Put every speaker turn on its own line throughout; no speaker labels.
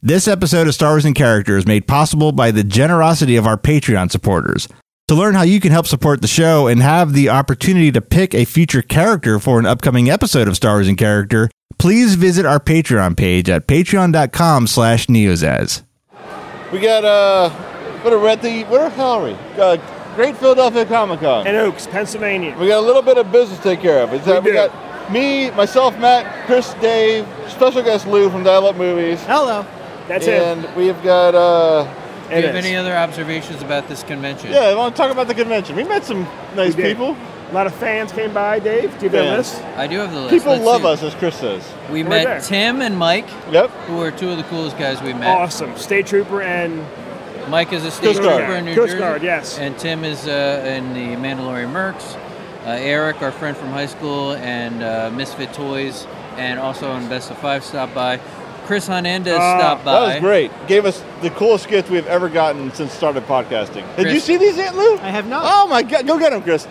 This episode of Star Wars and Character is made possible by the generosity of our Patreon supporters. To learn how you can help support the show and have the opportunity to pick a future character for an upcoming episode of Star Wars and Character, please visit our Patreon page at patreon.com slash neozaz.
We got uh, what a red thing. What a Hillary. Uh, Great Philadelphia Comic Con.
in Oaks, Pennsylvania.
We got a little bit of business to take care of. It's, uh,
We
we
do.
got me, myself, Matt, Chris, Dave, special guest Lou from Dial Up Movies,
Hello.
That's
and we've got uh,
it.
Do you
It
have
is.
any other observations about this convention?
yeah. I want to talk about the convention. We met some nice
We did.
people.
a lot of fans came by, Dave. Do you have a
Fans.
list?
I do have the list.
People
Let's
love
see.
us, as Chris says.
We
We're
met
there.
Tim and Mike,
Yep.
who are two of the coolest guys we met.
Awesome. State Trooper and
Mike is a state
Coast
trooper
Guard.
in New
Coast
Jersey.
Guard, yes.
And Tim is uh, in the Mandalorian Mercs. Uh, Eric, our friend from high school, and uh, Misfit Toys, and also on Best of Five stopped by. Chris Hernandez
Ah,
stopped by.
That was great. Gave us the coolest gift we've ever gotten since started podcasting. Did you
Chris.
see these yet, Lou?
I have not.
Oh my God! Go get them, Chris.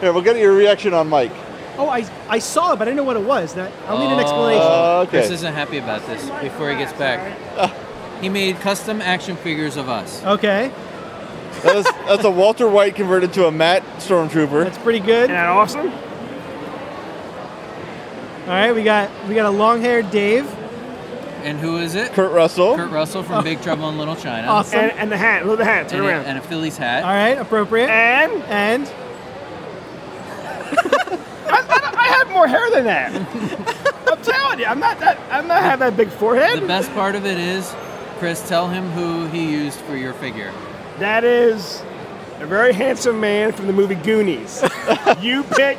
Here, we'll get your reaction on Mike.
Oh, I, I saw it, but I didn't know what it was. That I'll need an explanation.
Uh, okay.
Oh,
Ah.
Chris isn't happy about this before he gets back. He made custom action figures of us.
okay,
that is, that's a Walter White converted to a Matt Stormtrooper.
that's pretty good.
Isn't that awesome?
All right, we got we got a long-haired Dave. Oh.
And who is it?
Kurt Russell.
Kurt Russell from Big Trouble in Little China.
Awesome.
And, and the hat. Look at the hat. Turn
And, a,
around.
and a Phillies hat.
All right, appropriate.
And
And
I have more hair than that. I'm telling you, I'm not that. I'm not have that big
The
forehead.
best part of it is, Chris, tell him who he used for your figure.
That is a very handsome man from the movie Goonies. you pick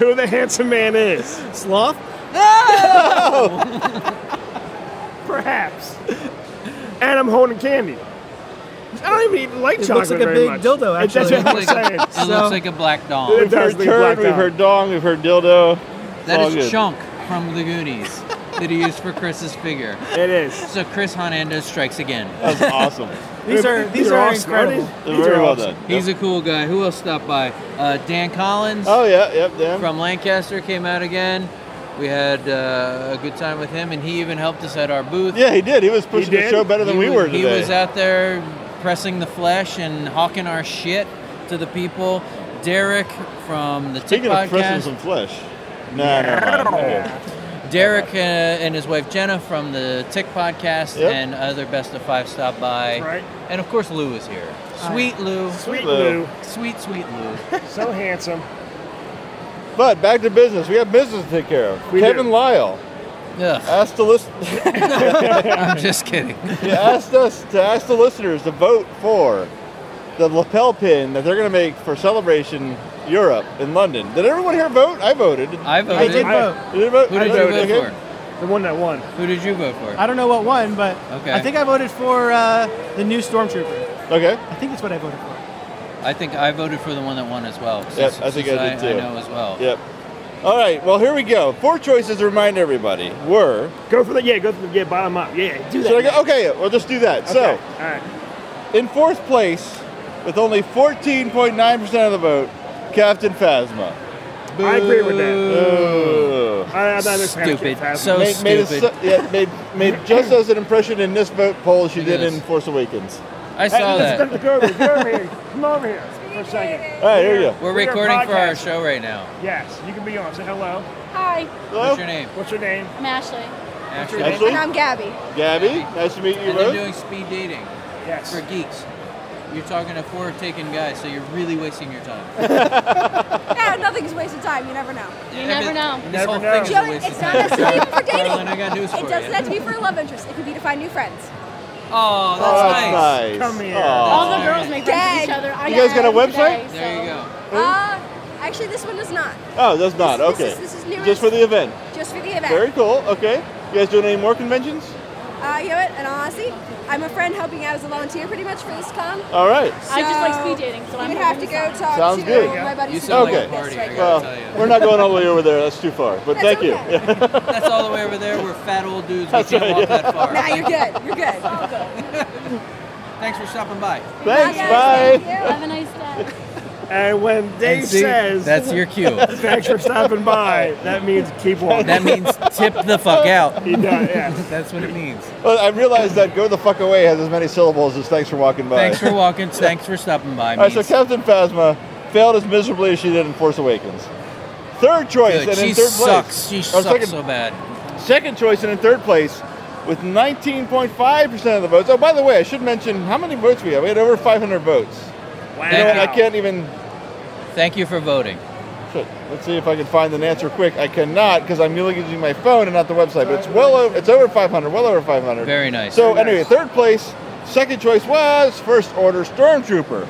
who the handsome man is,
sloth.
perhaps. And I'm holding candy. I don't even eat light
It
chocolate
looks like a
very
big
much.
dildo,
It-
actually.
It
That's
looks
what
like,
I'm saying.
it
So-
looks like a black doll.
We've
It does
heard
leave
turd,
black
we've
dog.
heard dong, we've heard dildo.
That
all
is
good.
Chunk from the Goonies that he used for Chris's figure.
It is.
So Chris Hernandez strikes again.
That was awesome.
These are these are incredible.
They're very well done.
He's a cool guy. Who else stopped by? Uh, Dan Collins
Oh yeah, yep, damn.
from Lancaster came out again. We had uh, a good time with him, and he even helped us at our booth.
yeah, he did. He was pushing the
did?
show better than
He
we
wa-
were
He
today.
was out there pressing the flesh and hawking our shit to the people. Derek from the Tick
Speaking of pressing
Podcast.
some flesh. Nah, never mind. Okay.
Derek uh, and his wife Jenna from the Tick Podcast
Yep.
and other Best of Five stopped by.
Right.
And of course, Lou is here. Sweet Lou.
Sweet
Lou.
Lou,
Sweet, sweet Lou.
so handsome.
But back to business. We have business to take care of.
We
Kevin
do.
Lyle
Ugh,
asked the list
Oh, I'm just kidding.
asked us to ask the listeners to vote for the lapel pin that they're going to make for Celebration Europe in London. Did everyone here vote? I voted.
I
I
voted.
did
I-
vote.
Did you vote?
Who did
I
you
voted,
vote
okay.
for?
The one that won.
Who did you vote for?
I don't know what one, but
Okay.
I think I voted for uh, the new stormtrooper.
Okay.
I think that's what I voted for.
I think I voted for the one that won as well.
Yep,
since-
I think
since
I did too.
I know as well.
Yep. All right. Well, here we go. Four choices to remind everybody were.
Go for the yeah. Go for the yeah. Bottom up. Yeah. Do that.
Should I go? Okay, we'll just do that.
Okay, all right.
So, in fourth place, with only 14.9% of the vote, Captain Phasma.
I agree with that.
Ooh.
I, I'm not a fan
Stupid.
of Captain
So-
Made,
Phasma.
made, a,
stupid.
su- yeah, made, made just as an impression in this vote poll as she
Look at
did in
this.
Force Awakens.
I saw
Hey,
that.
let's Go over here. Go over here. Come over here for a second.
All right, here we go.
We're
We are
recording for our
podcasting.
show right now.
Yes, you can be on. Say hello.
Hi,
What's your
Hello,
name?
What's your name?
I'm Ashley.
Ashley.
name? Ashley?
And I'm Gabby.
Gabby. Nice to meet you,
And they're
Rose.
doing speed dating
Yes.
for geeks. You're talking to four taken guys, so you're really wasting your time.
Yeah, nothing's a waste of time. You never know.
You
never know.
This
Never
whole
know.
thing is
You
a
don't-
waste
it's
of
not
time.
necessarily for
Carlin,
dating.
I got news for
It doesn't
you.
have to be for a love interest. It could be to find new friends.
Oh,
Oh,
that's nice.
Uh,
that's nice.
Come here.
Aw.
All the girls make friends with each
Dang.
other. I
You guys got a
learned
website?
today,
There
so-
you go.
Uh, actually, this one does not.
Oh, that's not.
This- this
Okay.
is- this is new
Just for the event.
Just for the event.
Very cool. Okay. You guys doing any more conventions?
Uh, you know what? And honestly, I'm a friend helping out as a volunteer pretty much for this con.
All right.
I just like
So,
speed dating, so
you
I'm
would have to
hoping
go
so.
talk
Sounds
to
good.
my buddy.
You
Steve
sound
like a
Lucas
party,
right
I
now.
gotta
Well,
tell you.
we're not going all the way over there. That's too far. But
That's
thank you.
okay.
Yeah.
That's all the way over there. We're fat old dudes. We can't walk that far.
Nah, you're good. You're good.
Thanks for stopping by.
Thanks.
guys.
Bye.
Thank you.
Have a nice day.
And when Dave
And see,
says,
that's your cue.
thanks for stopping by, that means keep walking.
that means tip the fuck out.
he does, yeah.
That's what it means.
Well, I realized that go the fuck away has as many syllables as thanks for walking by.
Thanks for walking. Thanks for stopping by.
All right, so
means-
Captain Phasma failed as miserably as she did in Force Awakens. Third choice
Good.
and
She
in third
sucks.
place.
She
or
sucks
second,
so bad.
second choice and in third place with 19.5% of the votes. Oh, by the way, I should mention how many votes we have. We had over 500 votes.
Wow.
You know what? I
Wow.
can't even.
Thank you for voting.
shit, Let's see if I can find an answer quick. I cannot because I'm using my phone and not the website. But it's well over. It's over 500. Well over 500.
Very nice.
So
Very
anyway,
nice.
third place. Second choice was First Order Stormtrooper.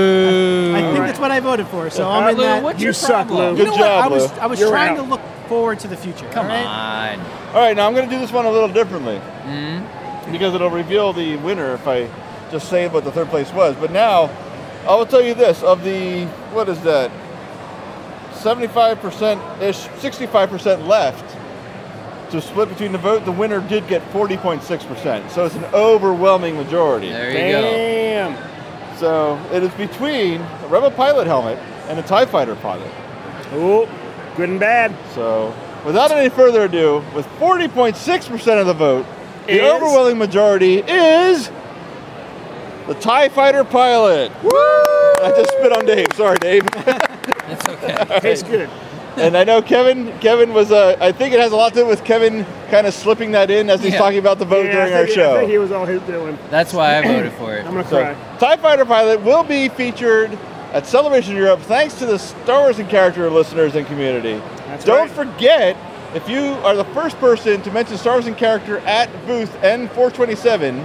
I think
Alright.
that's what I voted for, so
All
I'm
right,
in
Uh, Lou,
that.
what's
You
your
suck,
problem?
Lou.
you know what?
Good job,
I was
Lou.
I was
You're
trying
out.
to look forward to the future.
Come
alright?
on.
All right, now I'm going to do this one a little differently
Mm-hmm.
because it'll reveal the winner if I just say what the third place was. But now, I will tell you this: of the what is that? 75 percent ish, 65 percent left to split between the vote. The winner did get 40.6 percent, so it's an overwhelming majority.
There you go.
Damn.
So it is between a Rebel pilot helmet and a Tie Fighter pilot.
Ooh, good and bad.
So, without any further ado, with 40.6% of the vote, the
Is?
overwhelming majority is the TIE fighter pilot. Woo! I just spit on Dave. Sorry, Dave.
That's okay.
Tastes good.
and I know Kevin. Kevin was. Uh, I think it has a lot to do with Kevin kind of slipping that in as he's
Yeah.
talking about the vote
Yeah, I
during our
think- I think he
show.
was all his doing.
That's why I voted for it.
I'm gonna cry.
So, TIE fighter pilot will be featured at Celebration Europe, thanks to the Star Wars and character listeners and community.
That's
Don't
right.
forget, if you are the first person to mention Star Wars and Character at booth N427,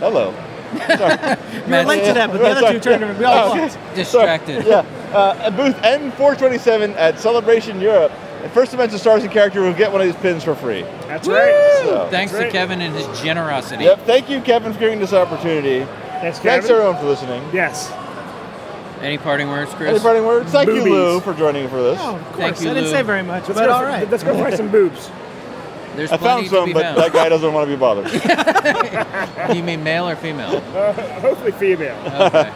hello.
You were late to that, but the
Right,
other
sorry.
two turned around. We all
Okay.
looked.
Distracted.
Yeah, uh, at booth N427 at Celebration Europe, the first to mention Star Wars and Character will get one of these pins for free.
That's right.
So,
Thanks to
Great.
Kevin and his generosity.
Yep, thank you, Kevin, for giving this opportunity.
That's
Thanks,
Kevin.
everyone, for listening.
Yes.
Any parting words, Chris?
Any parting words? Thank you,
Boobies.
Lou, for joining for this.
Oh, of course.
Thank you,
I didn't
Lou.
say very much,
Let's
but
go,
all right.
Let's go find some boobs.
There's
I
plenty
found
to
some,
be
but that
found.
guy doesn't want to be bothered.
you mean male or female?
Uh,
Hopefully female.
Okay.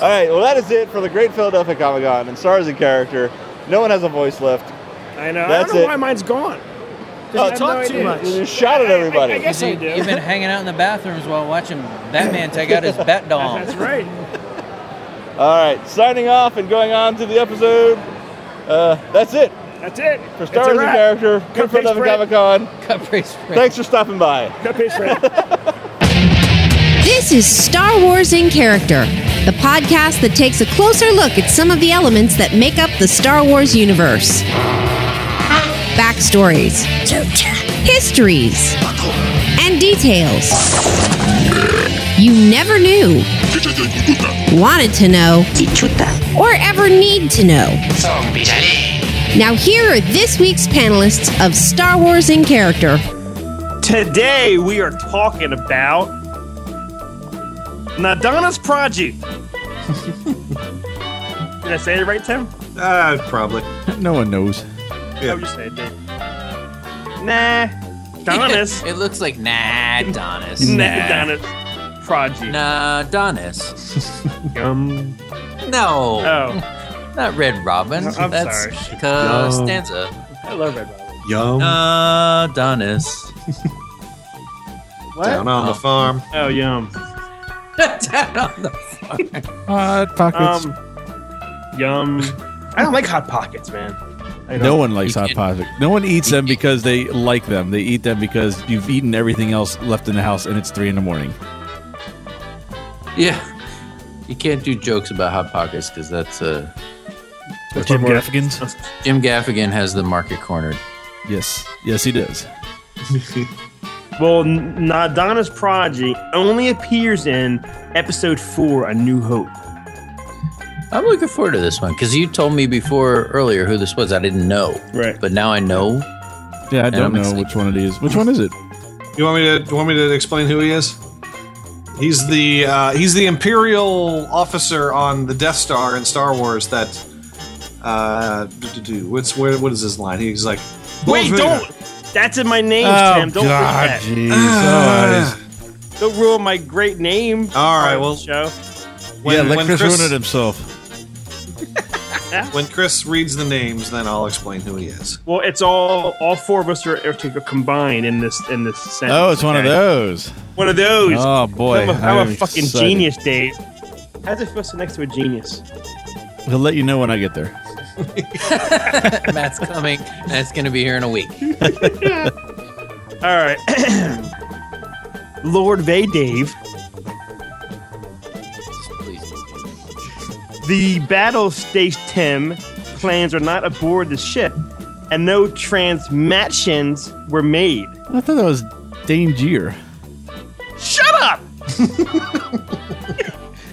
All right, well, that is it for the Great Philadelphia Comic Con and Stars and Character. No one has a voice left.
I know. I
That's
don't know
it.
why mine's gone.
You
Oh,
talk
no
too
idea.
much.
You just shot at
I- I-
everybody.
I guess- Yes, I
You-
do.
You've been hanging out in the bathrooms while watching Batman take out his bat dong.
That's right.
All right, signing off and going on to the episode. Uh, that's it
That's it.
for
It's a
Stars and
wrap.
Character. Great
Cut paste
Philadelphia Comic
print.
Con.
Cupbrace friend.
Thanks for stopping by.
Cut paste print.
This is Star Wars in Character, the podcast that takes a closer look at some of the elements that make up the Star Wars universe. Backstories, histories, and details you never knew, wanted to know, or ever need to know. Now, here are this week's panelists of Star Wars in Character.
Today we are talking about Nadana's Project. Did I say it right, Tim?
Uh, probably.
No one knows.
Yeah. Oh, you said it. Dave. Nah, Donis.
it looks like nah, Donis.
Nadana's Project.
Nah, Donis.
Um,
No,
oh,
not Red Robin.
No, I'm
That's
sorry.
Costanza.
I love Red Robin.
Yum.
Nah, Donis.
Down on the farm.
Oh, yum.
Down on the floor.
Hot pockets.
Um, yum. I don't like hot pockets, man. I
no one likes
you
hot
can-
pockets. No one eats them because they like them. They eat them because you've eaten everything else left in the house, and it's three in the morning.
Yeah. You can't do jokes about Hot Pockets because that's uh,
Jim Gaffigan's.
Jim Gaffigan has the market cornered.
Yes, yes, he does.
Well, N- Nadana's Project only appears in episode four, A New Hope.
I'm looking forward to this one because you told me before earlier who this was. I didn't know.
Right.
But now I know.
Yeah, I
I'm
don't know
excited.
which one it is. Which one is it?
You want me to? You want me to explain who he is? He's the uh, he's the imperial officer on the Death Star in Star Wars. That uh, do, do, do. what's where? What is his line? He's like,
Wait,
"Volvina."
don't. That's in my
Oh,
name, Tim. Don't read that.
jeez.
Ah.
Don't ruin my great name.
All right,
on
well,
the show.
yeah,
When,
let
when
Chris,
Chris,
ruin it himself.
Yeah.
When Chris reads the names, then I'll explain who he is.
Well, it's all all four of us are, are to combine in this in this sentence.
Oh, it's one of
okay?
those.
One of those.
Oh, boy.
I'm a,
I
I'm
am
a fucking
excited.
genius, Dave. How does it feel to sit next to a genius?
He'll let you know when I get there.
Matt's coming, and it's going to be here in a week.
All right, Lord Vay Dave.
Please.
The battle stage Tim plans are not aboard the ship, and no transactions were made.
I thought that was Dame Gear.
Shut up!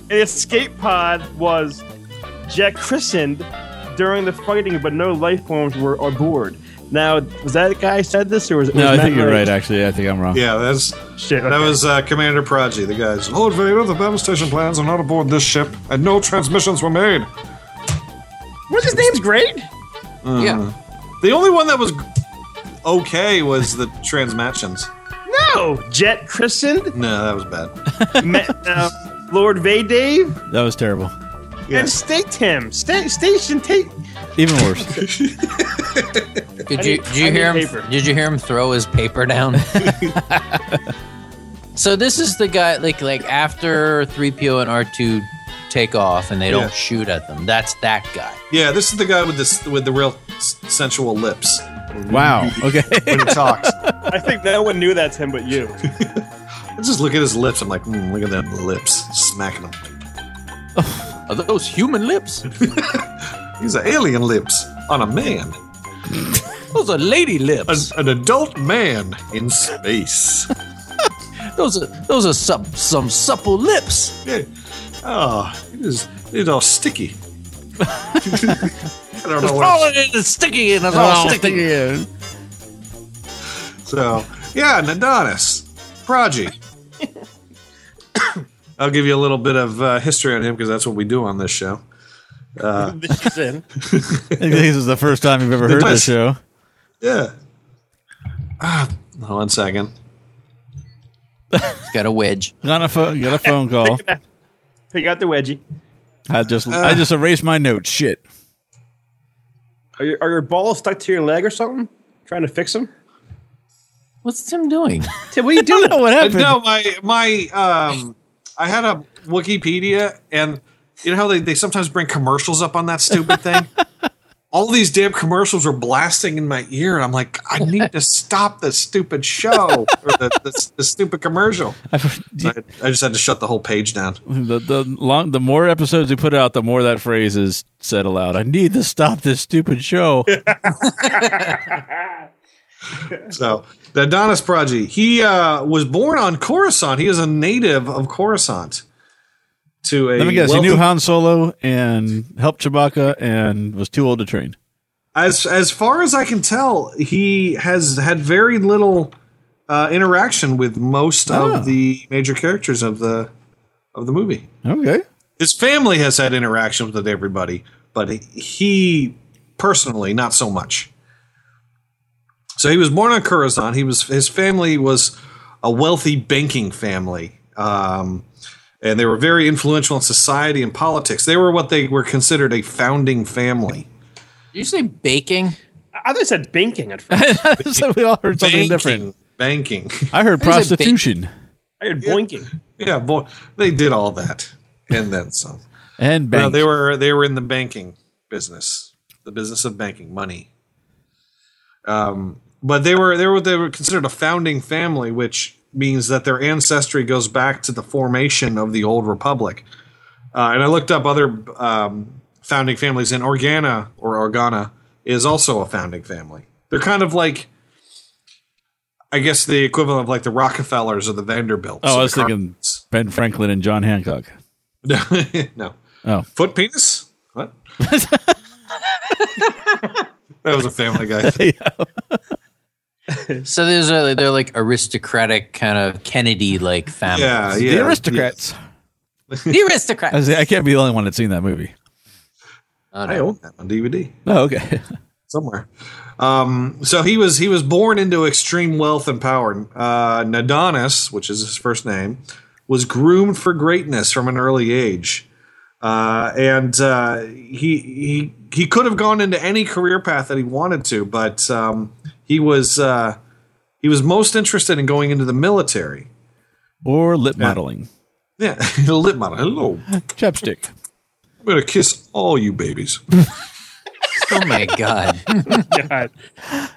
An escape pod was jet christened during the fighting, but no life forms were aboard. Now, was that the guy who said this, or was it?
No,
was
I think
Matt
you're right. Actually, I think I'm wrong.
Yeah, that's
Shit,
that
okay.
was uh, Commander Prodigy. The guys. Lord Vader, the battle station plans are not aboard this ship, and no transmissions were made.
What's his name's great?
Yeah.
Uh, The only one that was okay was the transmissions.
No, jet christened
No, that was bad.
Ma- uh, Lord Vay Dave
That was terrible.
Yeah.
and State Tim. Sta- station Tate.
Even worse.
Did you,
need-
did
I
you
need
hear him?
paper.
Did you hear him throw his paper down? so this is the guy, like like after three PO and R two take off and they don't
Yeah.
shoot at them. That's that guy.
Yeah, this is the guy with this with the real s- sensual lips
Wow. Okay.
when he talks.
I think no one knew that's him but you.
I just look at his lips. I'm like, mm, look at them lips, smacking them.
Are those human lips?
These are alien lips on a man,
Those are lady
an,
lips.
an adult man in space.
Those are those are some some supple lips.
Yeah. Oh, it is. It's all sticky. I don't know what.
Oh, it's sticky and it's all sticky.
So yeah, Nadonis, Prodigy. I'll give you a little bit of uh, history on him because that's what we do on this show. Uh,
This is in.
I think this is the first time you've ever heard this show.
Yeah. Ah, hold on a second.
He's got a wedge.
Got a phone. Got a phone call.
Pick out the wedgie.
I just I just erased my notes. Shit.
Are your, are your balls stuck to your leg or something? Trying to fix them?
What's Tim doing?
Tim, what are you doing?
What
Uh,
happened?
no, my my um, I had a Wikipedia, and you know how they, they sometimes bring commercials up on that stupid thing. All these damn commercials were blasting in my ear, and I'm like, I need to stop this stupid show or the, the, the stupid commercial. So I, I just had to shut the whole page down.
The, the long the more episodes we put out, the more that phrase is said aloud. I need to stop this stupid show.
So the Adonis Prodigy, he uh, was born on Coruscant. He is a native of Coruscant. To a
Let me guess. He
wealthy-
knew Han Solo and helped Chewbacca and was too old to train.
as as far as I can tell, he has had very little uh, interaction with most
Oh.
of the major characters of the of the movie.
Okay.
His family has had interactions with everybody, but he personally not so much. So he was born on Coruscant. He was his family was a wealthy banking family, um, and they were very influential in society and politics. They were what they were considered a founding family.
Did you say baking?
I thought it said binking at first.
so we all heard something different.
Banking.
I heard
I said
prostitution
I heard boinking.
Yeah, boy, they did all that and then some.
and
No,
bank.
they were they were in the banking business, the business of banking money. Um, but they were they were they were considered a founding family, which means that their ancestry goes back to the formation of the old republic. Uh, and I looked up other um, founding families, and Organa or Organa is also a founding family. They're kind of like, I guess, the equivalent of like the Rockefellers or the Vanderbilts.
Oh, I
or
was
the
thinking
Carpenters.
Ben Franklin and John Hancock.
No, no.
Oh.
Foot penis? What? that was a Family Guy. thing.
So there's a they're like aristocratic kind of Kennedy like family.
Yeah, yeah.
The aristocrats.
The
I,
aristocrat.
was, I can't be the only one that's seen that movie.
Oh,
I
no.
own that on DVD
Oh, okay.
somewhere. Um, so he was he was born into extreme wealth and power. Uh, Nadonis, which is his first name, was groomed for greatness from an early age. Uh, and uh, he he he could have gone into any career path that he wanted to, but um, he was uh, he was most interested in going into the military
or lip modeling.
Yeah, lip model. Hello,
chapstick.
I'm gonna kiss all you babies.
oh my god.
God.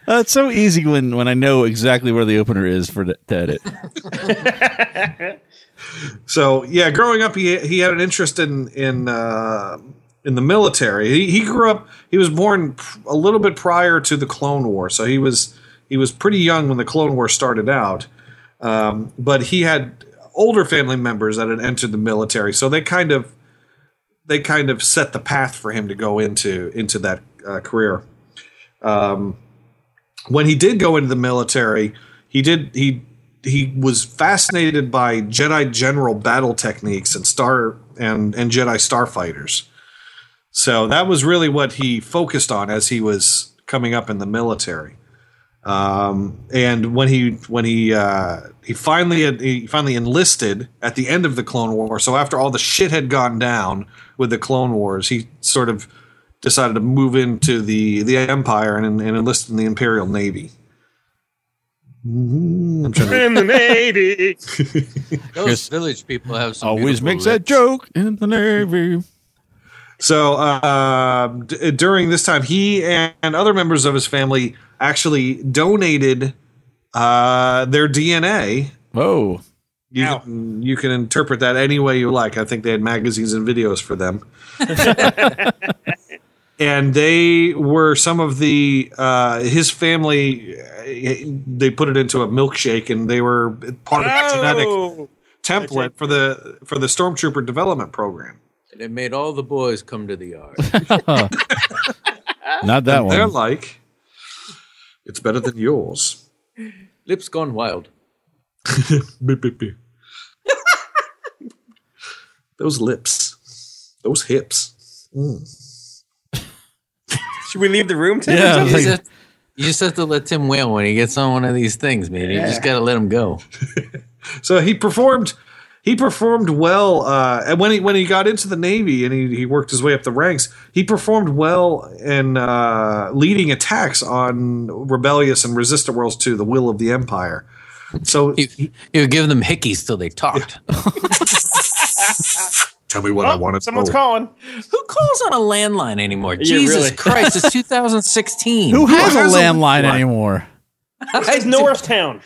Uh, it's so easy when, when I know exactly where the opener is for the, to edit.
So yeah, growing up, he he had an interest in in uh, in the military. He, he grew up. He was born p- a little bit prior to the Clone War, so he was he was pretty young when the Clone War started out. Um, but he had older family members that had entered the military, so they kind of they kind of set the path for him to go into into that uh, career. Um, when he did go into the military, he did he he was fascinated by Jedi general battle techniques and star and and Jedi starfighters. So that was really what he focused on as he was coming up in the military. Um, and when he when he uh, he finally had, he finally enlisted at the end of the Clone War. So after all the shit had gone down with the Clone Wars, he sort of decided to move into the the Empire and, and enlist in the Imperial Navy. Mm-hmm. I'm trying to-
In the Navy.
Those village people have some
Always
beautiful
makes
lips.
that joke in the Navy.
So uh, d- during this time, he and other members of his family actually donated uh, their DNA.
Oh,
you can, you can interpret that any way you like. I think they had magazines and videos for them, and they were some of the uh, his family. uh, They put it into a milkshake, and they were part of the genetic
Oh.
template for the for the stormtrooper development program.
And it made all the boys come to the yard.
Not that
And They're
one.
like, it's better than yours.
Lips gone wild.
Beep, beep, beep. Those lips, those hips. Mm.
Should we leave the room? Tim?
Yeah, like-
You just, have- you just have to let Tim wail when he gets on one of these things, man. You just got to let him go.
So he performed. He performed well, uh, and when he when he got into the Navy and he, he worked his way up the ranks, he performed well in uh, leading attacks on rebellious and resistant worlds to the will of the Empire. So
He, he would give them hickeys till they talked.
tell me
Oh,
what I want to.
Someone's calling.
Who calls on a landline anymore? Jesus
really-
Christ, it's 2016.
Who has,
has a
a landline
landline?
anymore?
It's Norristown.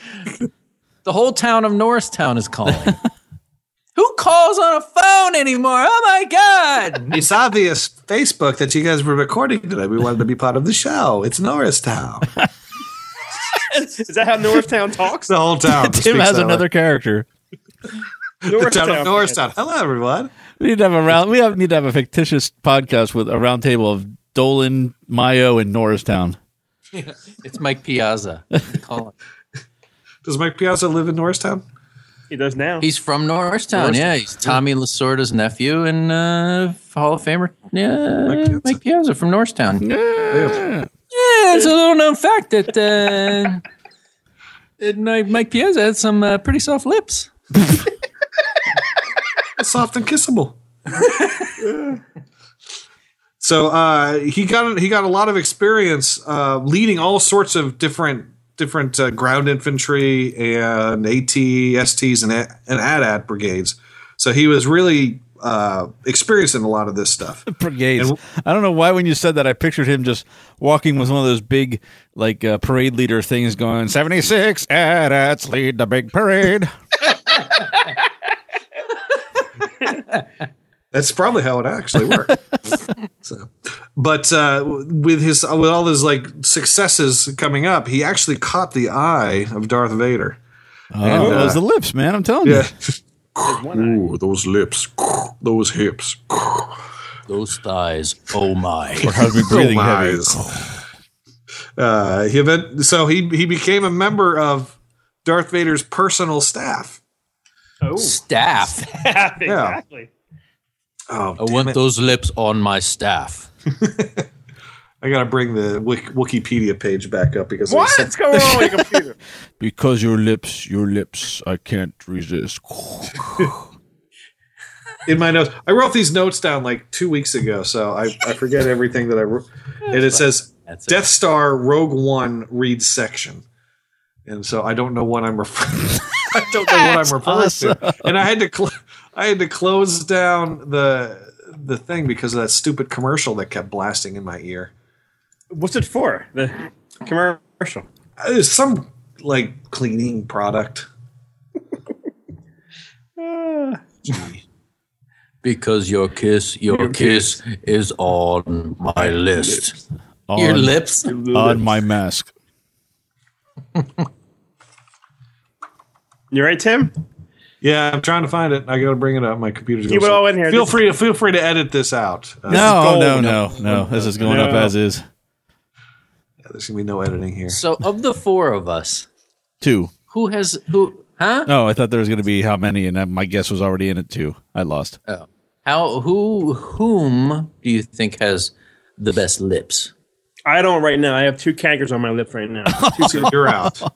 The whole town of Norristown is calling. Who calls on a phone anymore? Oh my God.
It's obvious Facebook that you guys were recording today. We wanted to be part of the show. It's Norristown.
Is that how Norristown talks?
the whole town.
Tim
speaks
has
that
another character.
way. The town of
Norristown.
Norristown. Hello, everyone.
We need to have a round. We have, need to have a fictitious podcast with a round table of Dolan, Mayo, and Norristown.
It's Mike Piazza. Calling.
Does Mike Piazza live in Norristown?
He does now.
He's from Norristown. Yeah, he's Tommy Lasorda's nephew and uh, Hall of Famer. Yeah, Mike Piazza,
Piazza.
from Norristown. Yeah,
Yeah.
it's a little known fact that uh, that Mi- Mike Piazza had some uh, pretty soft lips.
Soft and kissable. so uh, he got he got a lot of experience uh, leading all sorts of different different uh, ground infantry and AT, STs, and A- and AT-AT brigades. So he was really uh, experienced in a lot of this stuff.
Brigades.
And-
I don't know why when you said that, I pictured him just walking with one of those big, like uh, parade leader things, going seventy six. Adats lead the big parade.
That's probably how it actually worked. so, but uh, with his with all his like successes coming up, he actually caught the eye of Darth Vader.
Oh,
And, uh,
those the lips, man. I'm telling you.
Ooh, those lips, those hips,
Those thighs. Oh my.
Or has me breathing
those
heavy.
eyes. Uh, he event- so he he became a member of Darth Vader's personal staff.
Oh.
Staff.
exactly.
Oh,
I want those lips on my staff.
I gotta bring the Wik- Wikipedia page back up because there's some-
What's going on with your computer?
Because your lips, your lips, I can't resist.
in my notes. I wrote these notes down like two weeks ago, so I, I forget everything that I wrote. and it says Death Star Rogue One read section, and so I don't know what I'm referring. I don't know what I'm referring to. And I had to cl- I had to close down the the thing because of that stupid commercial that kept blasting in my ear.
What's it for? The commercial.
Uh, It's some like cleaning product.
Because your kiss, your, kiss, is on my list.
On-
your lips
on my mask.
You right, Tim?
Yeah, I'm trying to find it. I got to bring it up. My computer's
Keep it
going
all
slow.
in here.
Feel
This-
free to feel free to edit this out. Uh,
No, no, no, no. This is going up
No.
as is.
Yeah, there's gonna be no editing here.
So of the four of us,
Two.
who has who? Huh?
No, I thought there was going to be how many, and uh, my guess was already in it too. I lost.
Oh. How who whom do you think has the best lips?
I don't right now. I have two cankers on my lips right now. Two-
You're out. So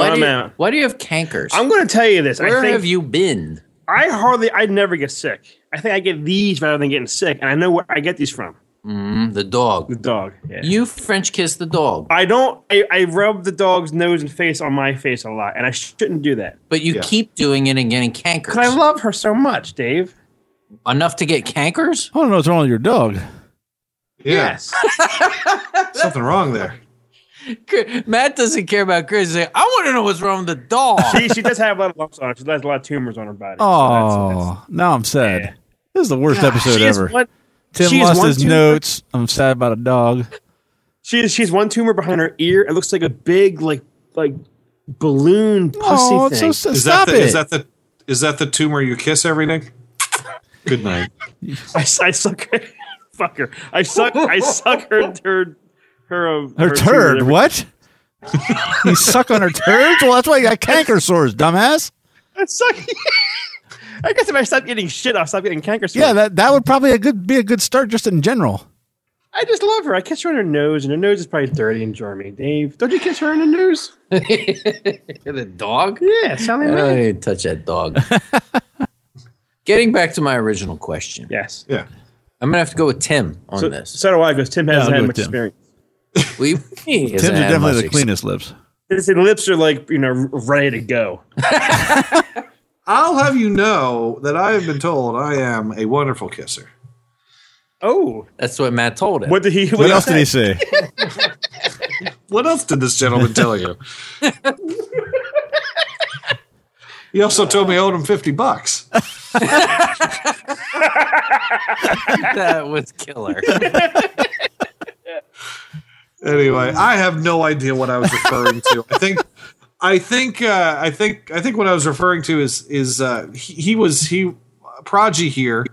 Why do
I'm
you-
out.
Why do you have cankers?
I'm going to tell you this.
Where
I think
have you been?
I hardly. I never get sick. I think I get these rather than getting sick, and I know where I get these from.
Mm, the dog.
The dog. Yeah.
You French kiss the dog,
I don't. I, I rub the dog's nose and face on my face a lot, and I shouldn't do that.
but you
Yeah.
keep doing it and getting cankers.
Because I love her so much, Dave.
Enough to get cankers?
I don't know what's wrong with your dog.
Yes.
Something wrong there.
Matt doesn't care about Chris. He's like, I want to know what's wrong with the dog.
she, she does have a lot of lumps on her. She has a lot of tumors on her body.
Oh, now I'm sad. This is the worst
God,
episode
she is
ever.
one-
Tim
she is
lost
one
his
too-
notes. I'm sad about a dog.
She is, she's one tumor behind her ear. It looks like a big like like balloon pussy
Oh, it's
thing.
so-
Is that the, Is that the is that the tumor you kiss everything? Good night.
I, s- I suck. Fuck her. I suck. I suck her. Her. Her. um,
Her
tumor
turd.
every-
What? you suck on her turds? Well, that's why you got canker sores, dumbass.
I suck. I guess if I stop getting shit, I'll stop getting canker. sores.
Yeah, that that would probably a good be a good start just in general.
I just love her. I kiss her on her nose, and her nose is probably dirty and germy. Dave, don't you kiss her on the nose?
the dog?
Yeah, sounding
I
right.
didn't touch that dog. Getting back to my original question.
Yes.
Yeah.
I'm gonna have to go with Tim on
So,
this.
so do I, because Tim
Yeah,
hasn't
I'll
had
go
much
with Tim.
experience.
We he
Tim's
hasn't
are
had
definitely
much
the
ex-
cleanest lips.
His lips are like you know ready to go.
I'll have you know that I have been told I am a wonderful kisser.
Oh,
That's what Matt told him.
What did he?
What, else did he say?
What else did this gentleman tell you? he also told me I owed him fifty bucks.
that was killer.
Anyway, I have no idea what I was referring to. I think, I think, uh, I think, I think what I was referring to is is uh, he, he was he Prodigy here,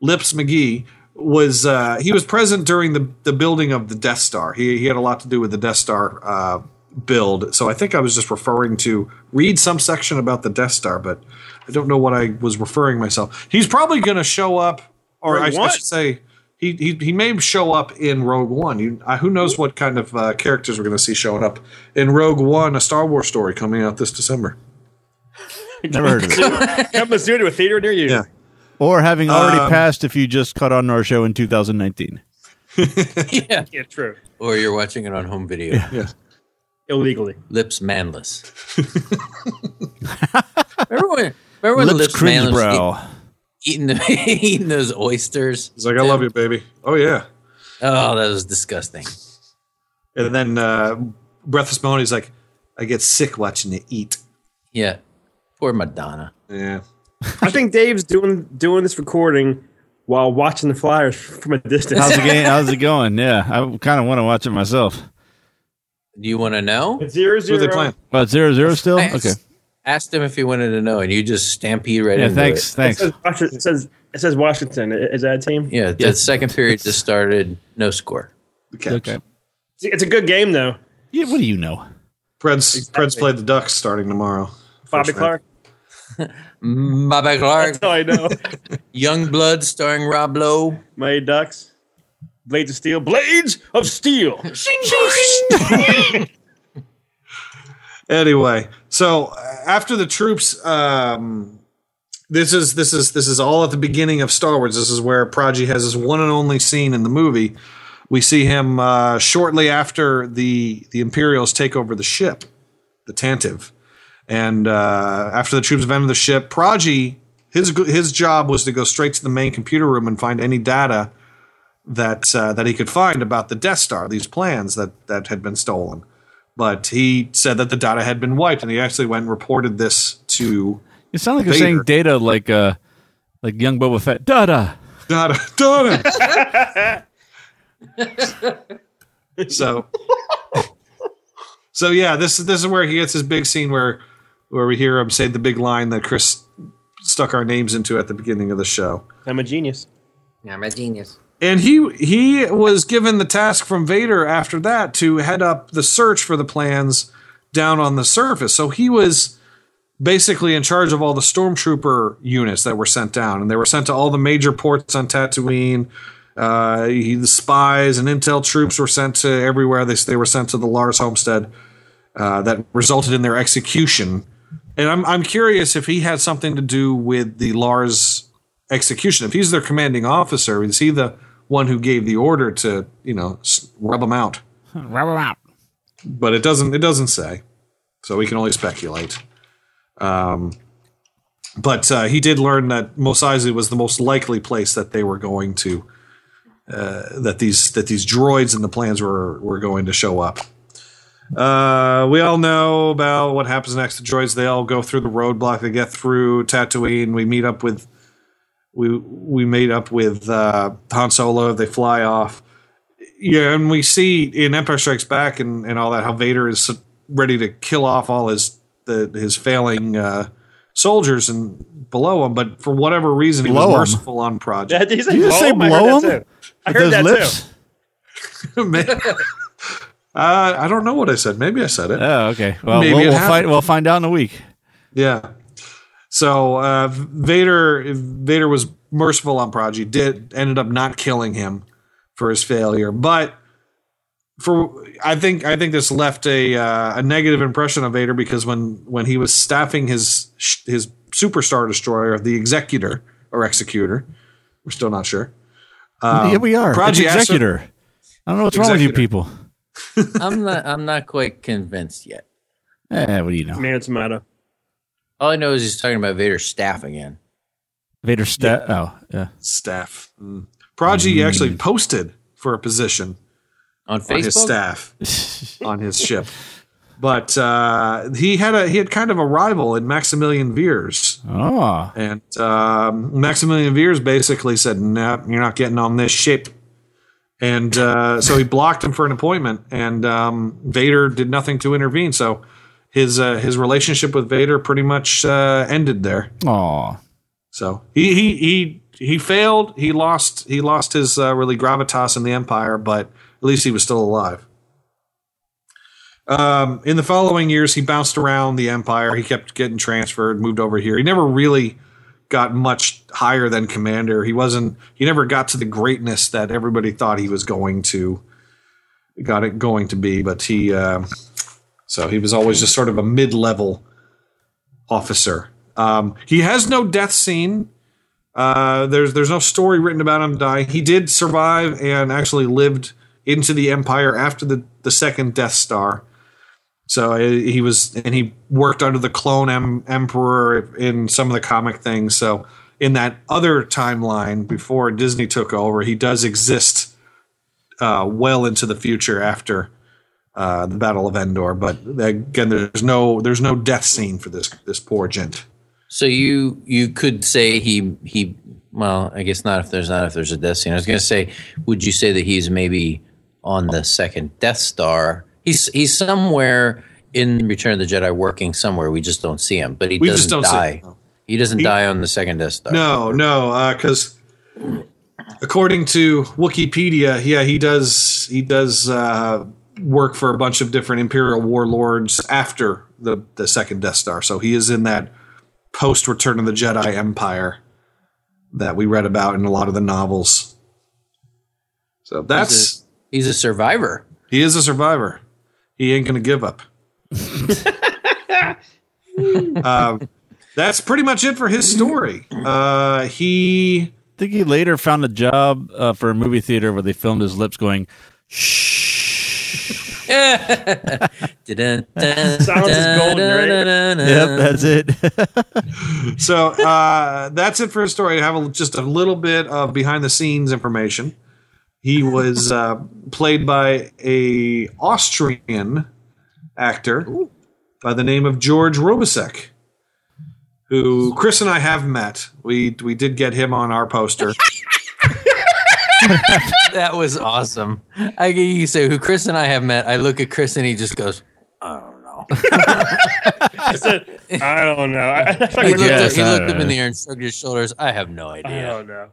Lips McGee was uh, he was present during the the building of the Death Star. He he had a lot to do with the Death Star uh, build. So I think I was just referring to read some section about the Death Star, but I don't know what I was referring myself. He's probably going to show up, or
Wait,
I, I
what?
should say. He, he, he may show up in Rogue One. You, uh, who knows what kind of uh, characters we're going to see showing up in Rogue One, a Star Wars story coming out this December.
Never heard of it.
Come soon to a theater near you.
Yeah.
Or having already
Um,
passed if you just caught on to our show in 2019.
yeah.
Yeah, true.
Or you're watching it on home video.
Yes.
Illegally.
Lips manless. remember when, remember when
Lips
Lips, manless
Cringebrow.
eat- eating, the, eating those oysters?
He's like, I love you, baby. Oh, yeah.
Oh, that was disgusting.
And then uh, Breathless Mahoney's like, I get sick watching you eat.
Yeah. Poor Madonna.
Yeah.
I think Dave's doing doing this recording while watching the Flyers from a distance.
How's the game? How's it going? Yeah, I kind of want to watch it myself.
Do you want to know?
It's zero
Who
zero.
are they playing?
But zero zero still.
I
Okay.
asked- Asked him if he wanted to know, and you just stampede right
Yeah.
into
Thanks.
it.
It
Thanks.
says, Washington, it says it says Washington. Is that a team?
Yeah, the second period just started, no score.
The Caps.
Okay.
It's- It's a good game though.
Yeah. What do you know?
Preds, Preds play the Ducks starting tomorrow.
Bobby
First
Clark.
Bobby Clark,
That's all I know.
Young Blood starring Rob Lowe.
My Ducks. Blades of Steel. Blades of Steel.
Anyway, so uh, after the troops um, this is this is this is all at the beginning of Star Wars. This is where Praji has his one and only scene in the movie. We see him uh, shortly after the the Imperials take over the ship, the Tantive, and uh, after the troops have entered the ship, Praji his his job was to go straight to the main computer room and find any data that uh, that he could find about the Death Star, these plans that that had been stolen. But he said that the data had been wiped, and he actually went and reported this to.
You sound like you're saying data like uh like young Boba Fett. Dada.
Dada. Dada. so so yeah this this is where he gets his big scene where where we hear him say the big line that chris stuck our names into at the beginning of the show
I'm a genius.
Yeah, I'm a genius.
and he he was given the task from vader after that to head up the search for the plans down on the surface so he was basically in charge of all the stormtrooper units that were sent down and they were sent to all the major ports on tatooine uh, he, the spies and intel troops were sent to everywhere. They they were sent to the Lars homestead. Uh, that resulted in their execution. And I'm I'm curious if he had something to do with the Lars execution. If he's their commanding officer, is he the one who gave the order to you know s- rub them out?
Rub him out.
But it doesn't it doesn't say, so we can only speculate. Um, but uh, he did learn that Mos Eisley was the most likely place that they were going to uh, that these that these droids and the plans were were going to show up. Uh, we all know about what happens next to droids. They all go through the roadblock. They get through Tatooine. We meet up with we we meet up with uh, Han Solo. They fly off. Yeah, and we see in Empire Strikes Back and, and all that how Vader is ready to kill off all his the, his failing uh, soldiers and below him. But for whatever reason, he
Below
was
'em.
merciful on Project.
Did you just say blow 'em? I heard that too. I heard that too.
Man. Uh, I don't know what I said. Maybe I said it.
Oh, okay. Well, we'll, we'll find we'll find out in a week.
Yeah. So uh, Vader Vader was merciful on Prodigy. Did ended up not killing him for his failure, but for I think I think this left a uh, a negative impression of Vader because when when he was staffing his his superstar destroyer, the Executor or Executor, we're still not sure. Um,
yeah, we are.
Prodigy
It's
asked him-
executor. I don't know what's wrong with you people.
I'm not. I'm not quite convinced yet.
Eh, what do you know?
Man, it's a matter.
All I know is he's talking about Vader's staff again.
Vader sta- Oh, yeah.
staff. Mm. Prodigy
Mm.
actually posted for a position
on,
his
Facebook?
staff on his ship, but uh, he had a he had kind of a rival in Maximilian Veers.
Oh.
and um, Maximilian Veers basically said, "No, you're not getting on this ship." And uh, so he blocked him for an appointment, and um, Vader did nothing to intervene. So his uh, his relationship with Vader pretty much uh, ended there.
Aw.
So he he he he failed. He lost he lost his uh, really gravitas in the empire, but at least he was still alive. Um, in the following years, he bounced around the empire. He kept getting transferred, moved over here. He never really got much higher than commander. He wasn't. He never got to the greatness that everybody thought he was going to got it going to be. But he uh, so he was always just sort of a mid level officer. Um, he has no death scene. Uh, there's there's no story written about him dying. He did survive and actually lived into the Empire after the the second Death Star. So uh, he was and he worked under the clone em- emperor in some of the comic things. So in that other timeline before Disney took over, he does exist uh, well into the future after uh, the Battle of Endor. But again, there's no there's no death scene for this this poor gent.
So you you could say he he. Well, I guess not if there's not if there's a death scene. I was gonna say, would you say that he's maybe on the second Death Star? He's he's somewhere in Return of the Jedi working somewhere. We just don't see him, but he
We
doesn't
just don't see
die.
him,
He doesn't die on the second Death Star.
No, no, because according to Wikipedia, yeah, he does he does uh, work for a bunch of different Imperial warlords after the the second Death Star. So he is in that post Return of the Jedi Empire that we read about in a lot of the novels. So that's
he's a, survivor.
He is a survivor. He ain't gonna give up. um, that's pretty much it for his story. Uh, he.
I think he later found a job uh, for a movie theater where they filmed his lips going,
Silence
it.
so uh, that's it for his story. I have a, just a little bit of behind the scenes information. He was uh, played by a Austrian actor by the name of George Robisek, who Chris and I have met. We we did get him on our poster.
that was awesome. I you say who Chris and I have met. I look at Chris and he just goes,
I said, I don't know. I, I
he looked,
Yes,
he
I
looked up
don't
in
know.
the air and shrugged his shoulders. I have no idea.
don't know.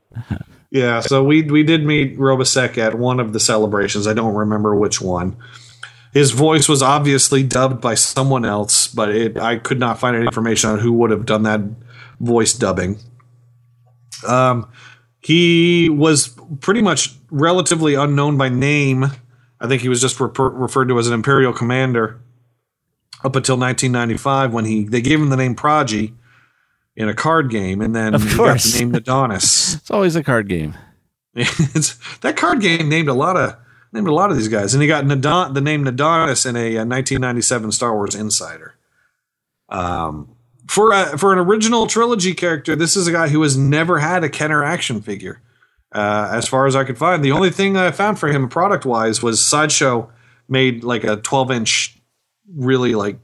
Yeah, so we we did meet Robosek at one of the celebrations. I don't remember which one. His voice was obviously dubbed by someone else, but it, I could not find any information on who would have done that voice dubbing. Um, he was pretty much relatively unknown by name. I think he was just refer- referred to as an imperial commander up until 1995 when he they gave him the name Prodigy in a card game, and then
Of
he got
course.
the name Adonis.
It's always a card game.
It's- that card game named a lot of named a lot of these guys, and he got Nadon, the name Nadonis in a, uh 1997 Star Wars Insider. Um, for a, for an original trilogy character, this is a guy who has never had a Kenner action figure. Uh, as far as I could find, the only thing I found for him product wise was Sideshow made like a 12 inch, really like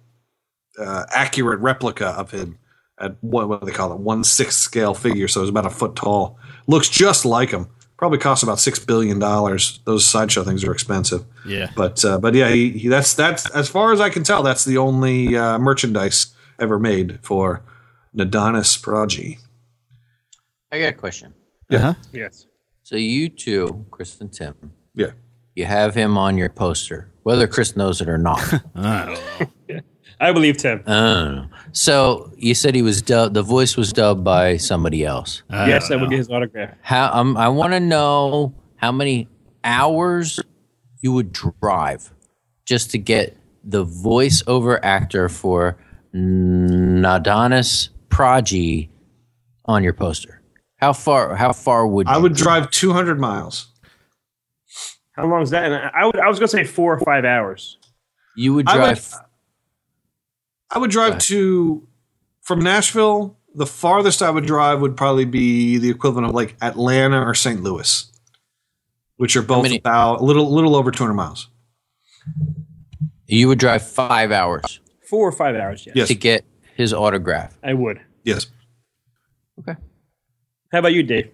uh, accurate replica of him at what, what do they call it, one sixth scale figure. So it's about a foot tall. Looks just like him. Probably costs about six billion dollars. Those sideshow things are expensive.
Yeah.
But uh, but yeah, he, he, that's that's as far as I can tell, that's the only uh, merchandise ever made for Nadonis Prodigy.
I got a question.
Uh-huh.
Yeah.
Yes.
So you two, Chris and Tim.
Yeah.
You have him on your poster, whether Chris knows it or not.
I believe Tim.
Oh. So you said he was dubbed. The voice was dubbed by somebody else.
yes, I would get his autograph.
How um, I want to know how many hours you would drive just to get the voiceover actor for Nadonis Prodigy on your poster. How far? How far would
I would drive 200 miles.
How long is that? And I, I would, I was going to say four or five hours.
You would
I would-
drive.
I would drive to from Nashville. The farthest I would drive would probably be the equivalent of like Atlanta or St. Louis, which are both about a little little over 200 miles.
You would drive five hours
Four or five hours. Yes.
to get his autograph.
I would.
Yes.
Okay.
How about you, Dave?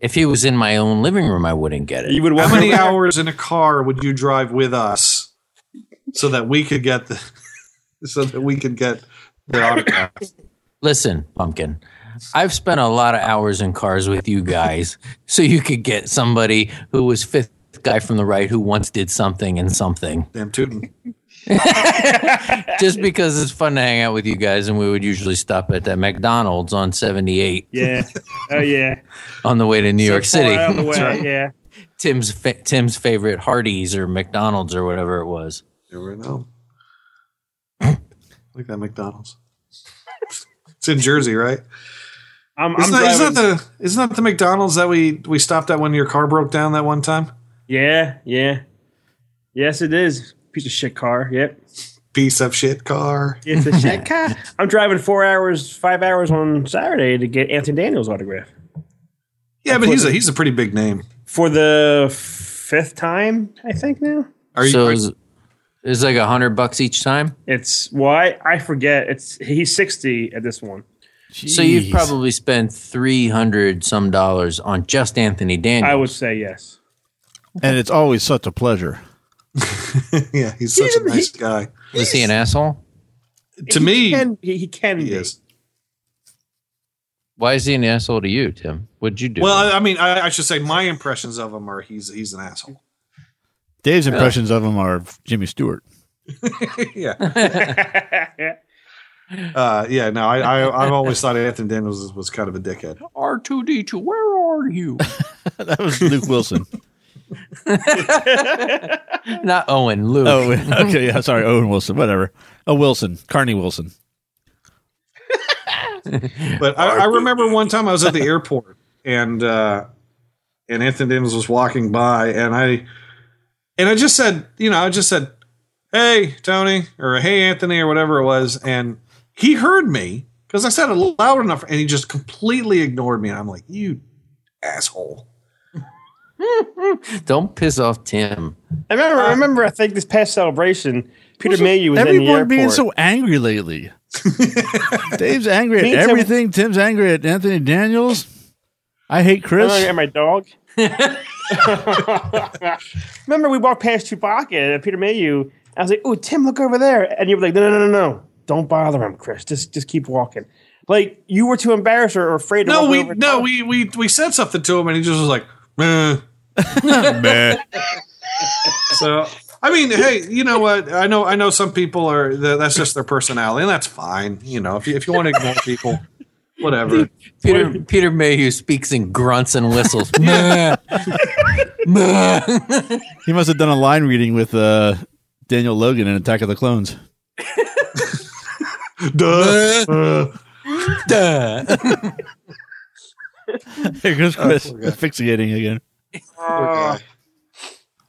If he was in my own living room, I wouldn't get it.
You would
How many hours in a car would you drive with us so that we could get the so that we could get the autograph?
Listen, pumpkin. I've spent a lot of hours in cars with you guys, so you could get somebody who was fifth guy from the right who once did something and something.
Damn tootin'.
Just because it's fun to hang out with you guys, and we would usually stop at that McDonald's on 78
Yeah. oh, yeah.
on the way to New York
Far
City.
out of the way, Yeah.
Tim's fa- Tim's favorite Hardee's or McDonald's or whatever it was.
Never know. Look at that McDonald's. It's in Jersey, right?
I'm,
Isn't,
I'm
that, isn't
driving-
that the isn't that the McDonald's that we we stopped at when your car broke down that one time?
Yeah. Yeah. Yes, it is. Piece of shit car. Yep.
Piece of shit car.
It's a shit car. I'm driving four hours, five hours on Saturday to get Anthony Daniels' autograph.
Yeah, but he's a he's a pretty big name.
For the fifth time, I think now.
Are you-
so
are-
it's, it's like a hundred bucks each time.
It's why I forget. It's he's sixty at this one.
So you've probably spent three hundred some dollars on just Anthony Daniels.
I would say yes.
And it's always such a pleasure.
yeah, he's such a nice guy.
Was he an asshole?
To me,
can, he, he can be.
Why is he an asshole to you, Tim? What'd you do?
Well, I, I mean, I, I should say my impressions of him are he's he's an asshole.
Dave's impressions of him are Jimmy Stewart.
yeah. uh, yeah. No, I, I I've always thought Anthony Daniels was, was kind of a dickhead.
R two D two, where are you?
that was Luke Wilson.
Not Owen, Luke.
Oh, okay. Yeah, sorry, Owen Wilson. Whatever. A Wilson, Carney Wilson.
but I, I remember one time I was at the airport and uh, and Anthony Davis was walking by and I and I just said, you know, I just said, "Hey Tony" or "Hey Anthony" or whatever it was, and he heard me because I said it loud enough, and he just completely ignored me. And I'm like, "You asshole."
Don't piss off Tim.
I remember. I remember. I think this past celebration, Peter Mayhew was in the
Everyone
airport.
being so angry lately. Dave's angry at
Me and Tim-
everything. Tim's angry at Anthony Daniels. I hate Chris.
Remember, and my dog. remember, we walked past Chewbacca and Peter Mayhew. I was like, "Oh, Tim, look over there," and you were like, "No, no, no, no, no! Don't bother him, Chris. Just, just keep walking." Like you were too embarrassed or afraid. to
No,
walk
we
over
no we we we said something to him, and he just was like, "Meh." so I mean, hey, you know what? I know I know some people are that, that's just their personality, and that's fine. You know, if you if you want to ignore people, whatever.
Peter Peter Mayhew speaks in grunts and whistles. Meh.
he must have done a line reading with uh, Daniel Logan in Attack of the Clones.
Duh.
Duh.
There goes
Oh,
Chris
poor guy.
asphyxiating again.
Poor guy.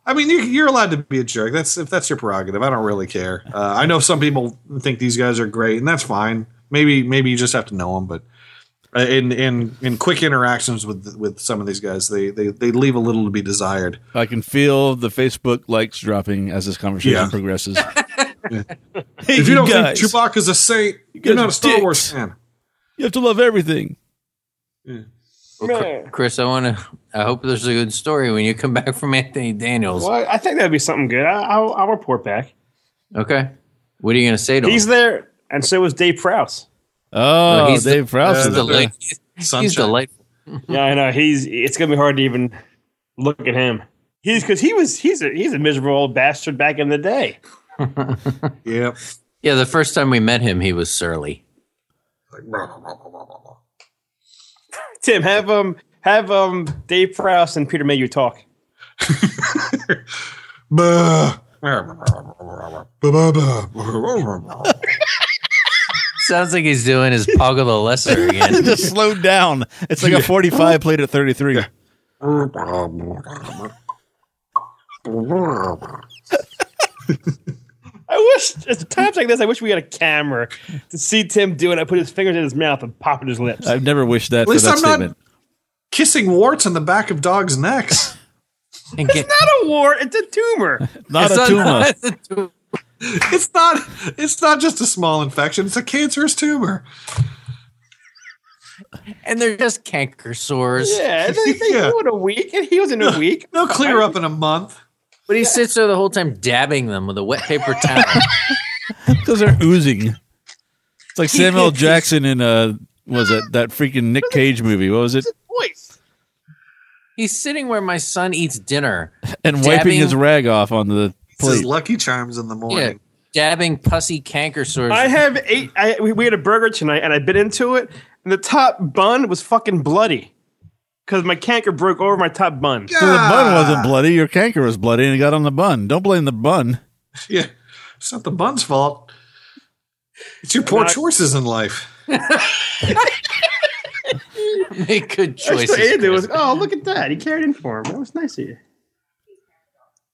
I mean, you, you're allowed to be a jerk. That's if that's your prerogative. I don't really care. Uh, I know some people think these guys are great, and that's fine. Maybe maybe you just have to know them. But uh, in in in quick interactions with with some of these guys, they they, they leave a little to be desired.
I can feel the Facebook likes dropping as this conversation
Yeah.
progresses.
if you
you
don't
guys.
think Chewbacca's a saint, you
guys
are not
are
a Star Wars
dicks.
fan.
You have to love everything.
Well, Chr- Chris, I want to. I hope there's a good story when you come back from Anthony Daniels.
Well, I think that'd be something good. I, I'll, I'll report back.
Okay. What are you going to say to
He's
him?
there, and so was Dave Prouse.
Oh,
he's the-
Dave Prowse.
he's
is
the
there.
link. He's delightful.
yeah, I know. He's it's gonna be hard to even look at him. He's because he was he's a he's a miserable old bastard back in the day.
Yep.
Yeah, the first time we met him, he was surly.
Tim, have um have um Dave Prouse and Peter Mayhew talk.
Sounds like he's doing his Pog of the Lesser again.
Just slowed down. It's like a 45 played at 33.
I wish at times like this, I wish we had a camera to see Tim doing it. Put his fingers in his mouth and popping his lips.
I've never wished that
At
for
least
that
I'm not-
statement.
Kissing warts on the back of dogs' necks.
and
it's not a war; it's a tumor.
Not a tumor.
It's not. It's not just a small infection. It's a cancerous tumor.
And they're just canker sores.
Yeah, they, they
Yeah.
do it a week, and he was in a week.
They'll clear up in a month.
But he sits there the whole time dabbing them with a wet paper towel.
Those are oozing. It's like Samuel L. Jackson in uh what was it that freaking Nick Cage movie? What was it?
He's sitting where my son eats dinner
And wiping his
dabbing-
rag off on the plate.
Lucky Charms in the
Yeah, dabbing pussy canker sores.
I have eight. I, we we had a burger tonight, and I bit into it, and the top bun was fucking bloody because my canker broke over my top bun.
So the bun wasn't bloody. Your canker was bloody, and it got on the bun. Don't blame the bun.
Yeah, it's not the bun's fault. It's your poor
Not-
choices in life.
make good
That's
choices.
what Andrew was.
Chris.
Oh, look at that! He carried in for him. That was nice of you.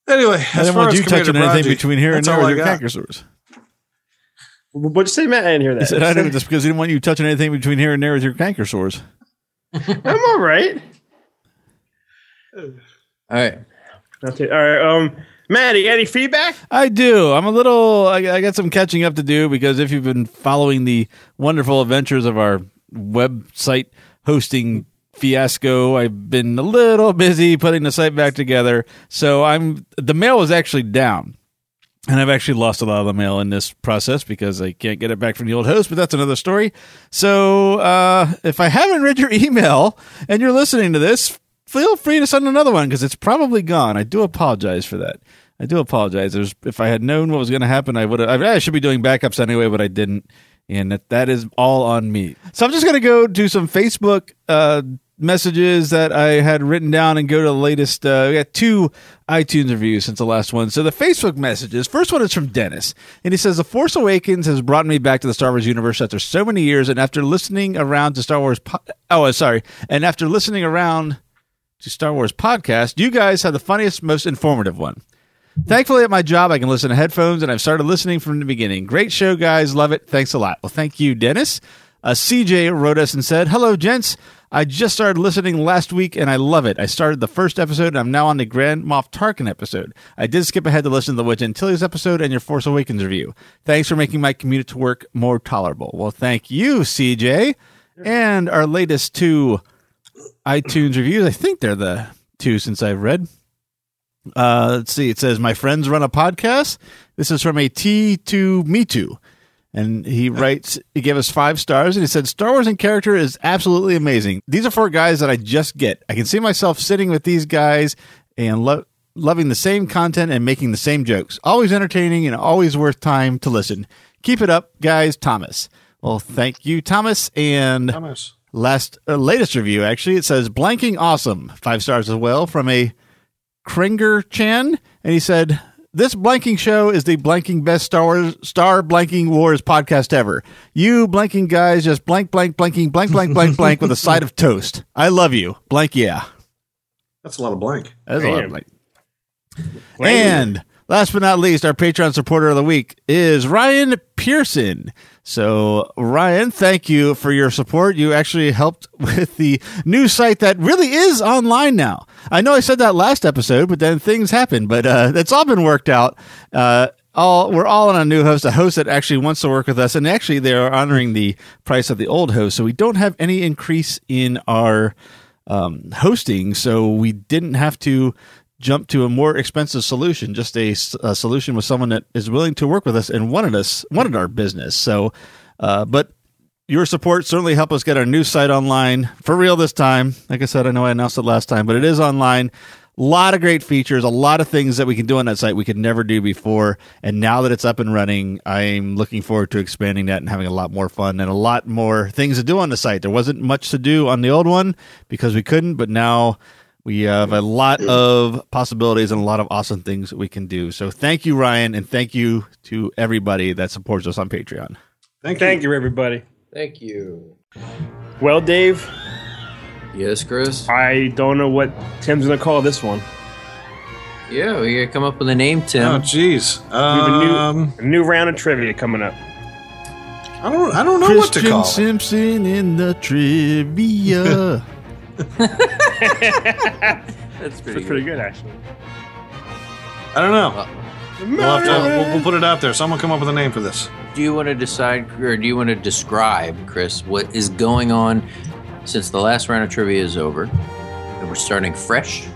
Anyway,
I
as
didn't
far
want
as
you touching
Commander
anything
Brogy,
between here and
that's
there
all
with
I
your
got.
canker sores.
What'd you say, Matt? I didn't hear that.
He said, I didn't, just because he didn't want you touching anything between here and there with your canker sores.
I'm all right.
All right.
Okay. All right. Um, Maddie, any feedback?
I do. I'm a little. I, I got some catching up to do because if you've been following the wonderful adventures of our website hosting fiasco, I've been a little busy putting the site back together. So I'm. The mail was actually down. And I've actually lost a lot of the mail in this process because I can't get it back from the old host, but that's another story. So uh, if I haven't read your email and you're listening to this, feel free to send another one because it's probably gone. I do apologize for that. I do apologize. There's, if I had known what was going to happen, I would have. I, I should be doing backups anyway, but I didn't. And that, that is all on me. So I'm just going to go do some Facebook uh, messages that I had written down and go to the latest. Uh, we got two iTunes reviews since the last one. So the Facebook messages. First one is from Dennis, and he says, "The Force Awakens has brought me back to the Star Wars universe after so many years, and after listening around to Star Wars. Po- oh, sorry, and after listening around." to Star Wars podcast, you guys had the funniest, most informative one. Thankfully, at my job, I can listen to headphones, and I've started listening from the beginning. Great show, guys. Love it. Thanks a lot. Well, thank you, Dennis. Uh, CJ wrote us and said, Hello, gents. I just started listening last week, and I love it. I started the first episode, and I'm now on the Grand Moff Tarkin episode. I did skip ahead to listen to the Witch Antilles episode and your Force Awakens review. Thanks for making my commute to work more tolerable. Well, thank you, CJ. And our latest two iTunes reviews. I think they're the two since I've read. Uh, let's see. It says, My friends run a podcast. This is from a T to Me Too. And he writes, he gave us five stars and he said, Star Wars in character is absolutely amazing. These are four guys that I just get. I can see myself sitting with these guys and lo- loving the same content and making the same jokes. Always entertaining and always worth time to listen. Keep it up, guys. Thomas. Well, thank you, Thomas. And
Thomas.
last uh, latest review actually it says blanking awesome five stars as well from a kringer chan and he said this blanking show is the blanking best star wars star blanking wars podcast ever you blanking guys just blank blank blanking blank blank blank blank with a side of toast i love you blank yeah
That's a lot of blank.
That's a lot of blank. and last but not least, our Patreon supporter of the week is Ryan Pearson. So, Ryan, thank you for your support. You actually helped with the new site that really is online now. I know I said that last episode, but then things happened. But uh, that's all been worked out. Uh, all we're all on a new host, a host that actually wants to work with us, and actually they are honoring the price of the old host, so we don't have any increase in our um, hosting, so we didn't have to jump to a more expensive solution, just a, s- a solution with someone that is willing to work with us and wanted us wanted our business. So, uh, but your support certainly helped us get our new site online for real this time. Like I said, I know I announced it last time, but it is online. A lot of great features, a lot of things that we can do on that site we could never do before. And now that it's up and running, I'm looking forward to expanding that and having a lot more fun and a lot more things to do on the site. There wasn't much to do on the old one because we couldn't, but now we have a lot of possibilities and a lot of awesome things we can do. So thank you, Ryan, and thank you to everybody that supports us on Patreon.
Thank,
you, everybody.
Thank you.
Well, Dave.
Yes, Chris.
I don't know what Tim's gonna call this one.
Yeah, we gotta come up with a name, Tim.
Oh, jeez.
we have a new, a new round of trivia coming up.
I don't. I don't know what to
Christian
call. it.
Simpson in the trivia.
That's
pretty. That's pretty good, actually.
I don't
Uh,
know. We'll, have to, we'll, we'll put it out there. Someone come up with a name for this.
Do you want to decide, or do you want to describe, Chris, what is going on since the last round of trivia is over and we're starting fresh?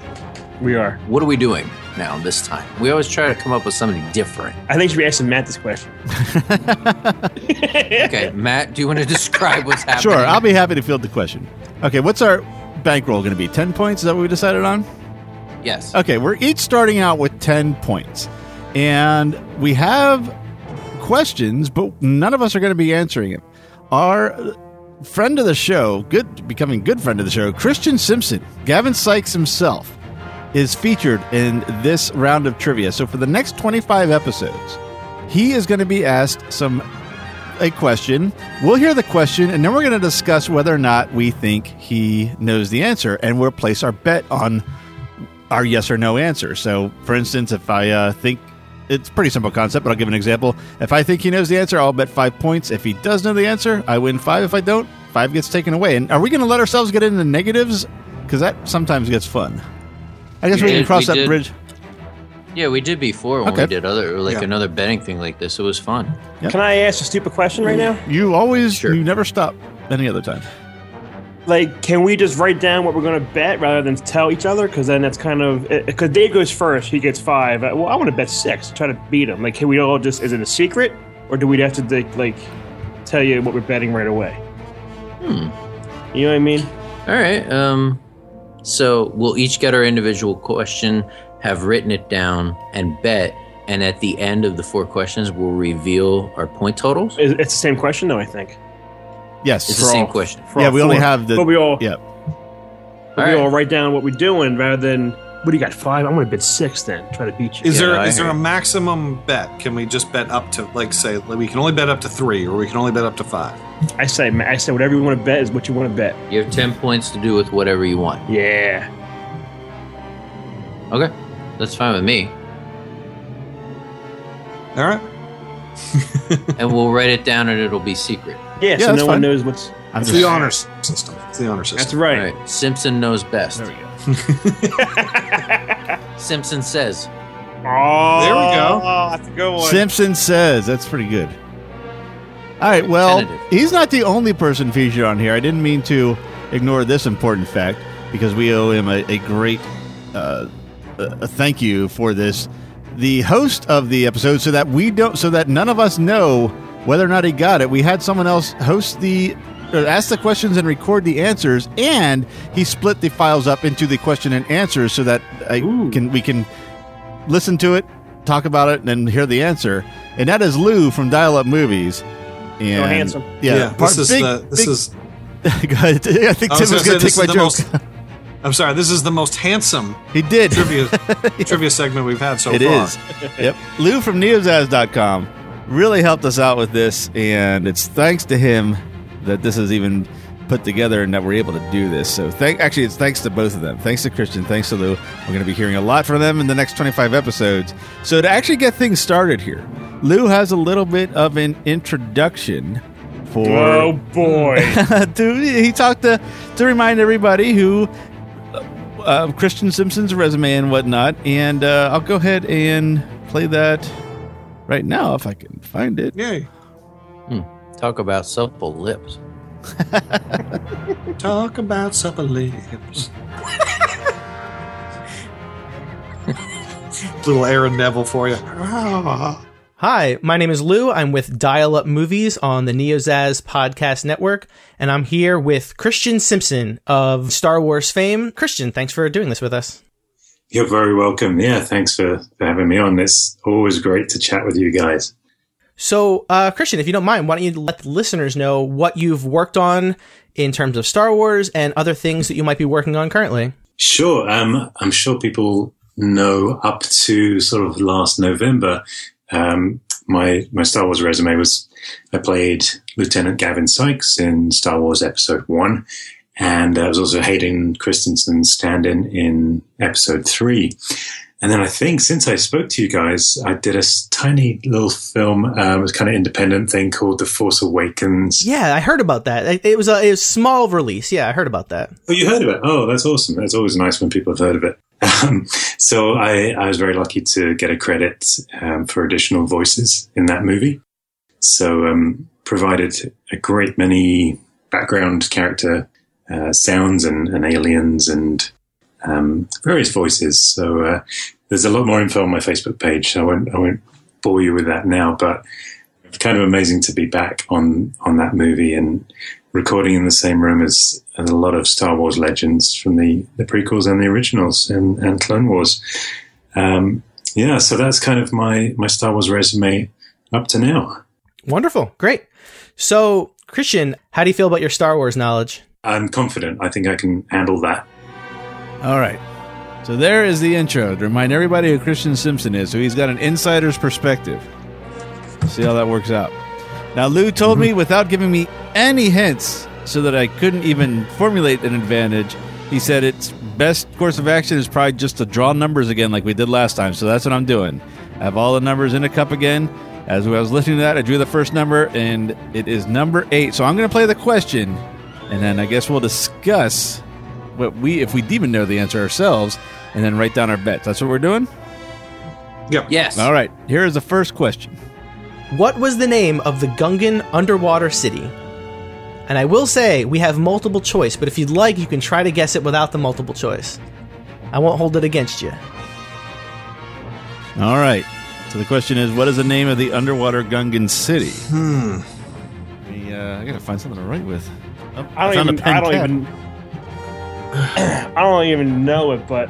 We are.
What are we doing now this time? We always try to come up with something different.
I think you should be asking Matt this question.
okay, Matt, do you want to describe what's happening?
sure, I'll be happy to field the question. Okay, what's our bankroll going to be? 10 points? Is that what we decided on?
Yes.
Okay, we're each starting out with 10 points. And we have questions, but none of us are going to be answering them. Our friend of the show, good becoming good friend of the show, Christian Simpson, Gavin Sykes himself, is featured in this round of trivia. So for the next 25 episodes, he is going to be asked some a question. We'll hear the question, and then we're going to discuss whether or not we think he knows the answer, and we'll place our bet on our yes or no answer. So, for instance, if I uh, think it's a pretty simple concept, but I'll give an example. If I think he knows the answer, I'll bet five points. If he does know the answer, I win five. If I don't, five gets taken away. And are we going to let ourselves get into negatives? Because that sometimes gets fun. I guess
We
we, can
did-
cross
we
that
did.
bridge.
Yeah, we did before when
Okay.
we did other like
Yeah.
another betting thing like this. It was fun.
Can I ask a stupid question right now?
You always, you never stop any other time.
Like, can we just write down what we're gonna bet rather than tell each other? Because then that's kind of because Dave goes first, he gets five. Uh, Well, I want to bet six, try to beat him. Like, can we all just? Is it a secret, or do we have to like, like tell you what we're betting right away? You know what I mean?
All right. Um, so we'll each get our individual question, have written it down, and bet. And at the end of the four questions, we'll reveal our point totals.
It's the same question, though. I think.
Yes,
It's the
for
same
all-
question.
yeah, we only have the.
But we all.
Yeah.
But we all write down what we're doing rather than what do you got five? I'm gonna bet six then. Try to beat you.
Is there is
I
there
hear
a maximum bet? Can we just bet up to like say like, we can only bet up to three, or we can only bet up to five?
you. I say ma- I say whatever you want to bet is what you want to bet.
You have 10 points to do with whatever you want.
Yeah.
Okay. That's fine with me.
All right.
and we'll write it down and it'll be secret.
Yeah, so no one knows what's
It's the honor system. It's the honor system.
That's right.
Simpson knows best. There
we
go. Simpson says.
Oh,
There we go.
Oh, that's a good one.
Simpson says that's pretty good. All right, well, he's not the only person featured on here. I didn't mean to ignore this important fact because we owe him a, a great uh, a thank you for this. The host of the episode, so that we don't, so that none of us know whether or not he got it. We had someone else host the. or Ask the questions and record the answers, and he split the files up into the question and answers so that I can we can listen to it, talk about it, and then hear the answer. And that is Lou from Dial Up Movies. And
handsome.
Yeah,
Yeah,
part-
this is
big-
the- this
big-
is-
Go ahead. I think
I
Tim
was
was
gonna
going
say this
to take my
is the
joke.
most- I'm sorry. This is the most handsome.
He did
trivia trivia segment we've had so
It
far.
is. yep. Lou from neozaz.com really helped us out with this, and it's thanks to him that this is even put together and that we're able to do this. So thank actually it's thanks to both of them. Thanks to Christian, thanks to Lou. We're going to be hearing a lot from them in the next 25 episodes. So to actually get things started here, Lou has a little bit of an introduction for
Oh boy.
to, he talked to to remind everybody who uh, Christian Simpson's resume and whatnot, and uh, I'll go ahead and play that right now if I can find it.
Yay!
Hmm. Talk about supple lips.
Talk about supper lips. Little Aaron Neville for you.
Hi, my name is Lou. I'm with Dial Up Movies on the NeoZaz Podcast Network, and I'm here with Christian Simpson of Star Wars fame. Christian, thanks for doing this with us.
You're very welcome. Yeah, thanks for, for having me on. It's always great to chat with you guys.
So, uh, Christian, if you don't mind, why don't you let the listeners know what you've worked on in terms of Star Wars and other things that you might be working on currently?
Sure. Um, I'm sure people know up to sort of last November, um, my, my Star Wars resume was I played Lieutenant Gavin Sykes in Star Wars Episode 1, and uh, I was also Hayden Christensen's stand in in Episode 3. And then I think since I spoke to you guys, I did a s- tiny little film, um, it was kind of independent thing called The Force Awakens.
Yeah, I heard about that. It- It was a, it was a small release. Yeah, I heard about that.
Oh, you heard of it? Oh, that's awesome. That's always nice when people have heard of it. Um, so I, I was very lucky to get a credit um, for additional voices in that movie. So um, provided a great many background character uh, sounds and, and aliens and um, various voices. So uh, there's a lot more info on my Facebook page. So I won't I won't bore you with that now, but it's kind of amazing to be back on on that movie and recording in the same room as a lot of Star Wars legends from the, the prequels and the originals and, and Clone Wars. Um, yeah, so that's kind of my, my Star Wars resume up to now.
Wonderful, great. So, Christian, how do you feel about your Star Wars knowledge?
I'm confident. I think I can handle that.
All right. So there is the intro to remind everybody who Christian Simpson is. So he's got an insider's perspective. See how that works out. Now, Lou told me without giving me any hints so that I couldn't even formulate an advantage. He said its best course of action is probably just to draw numbers again like we did last time. So that's what I'm doing. I have all the numbers in a cup again. As I was listening to that, I drew the first number and it is number eight. So I'm going to play the question and then I guess we'll discuss what we, if we even know the answer ourselves, and then write down our bets. That's what we're doing?
Yep.
Yes.
All right. Here is the first question.
What was the name of the Gungan underwater city? And I will say we have multiple choice, but if you'd like, you can try to guess it without the multiple choice. I won't hold it against you.
All right. So the question is, what is the name of the underwater Gungan city? Hmm. uh, I gotta find something to write with. Oh,
I
found
don't
a
even.
pen
I don't
tab.
even. I don't even know it, but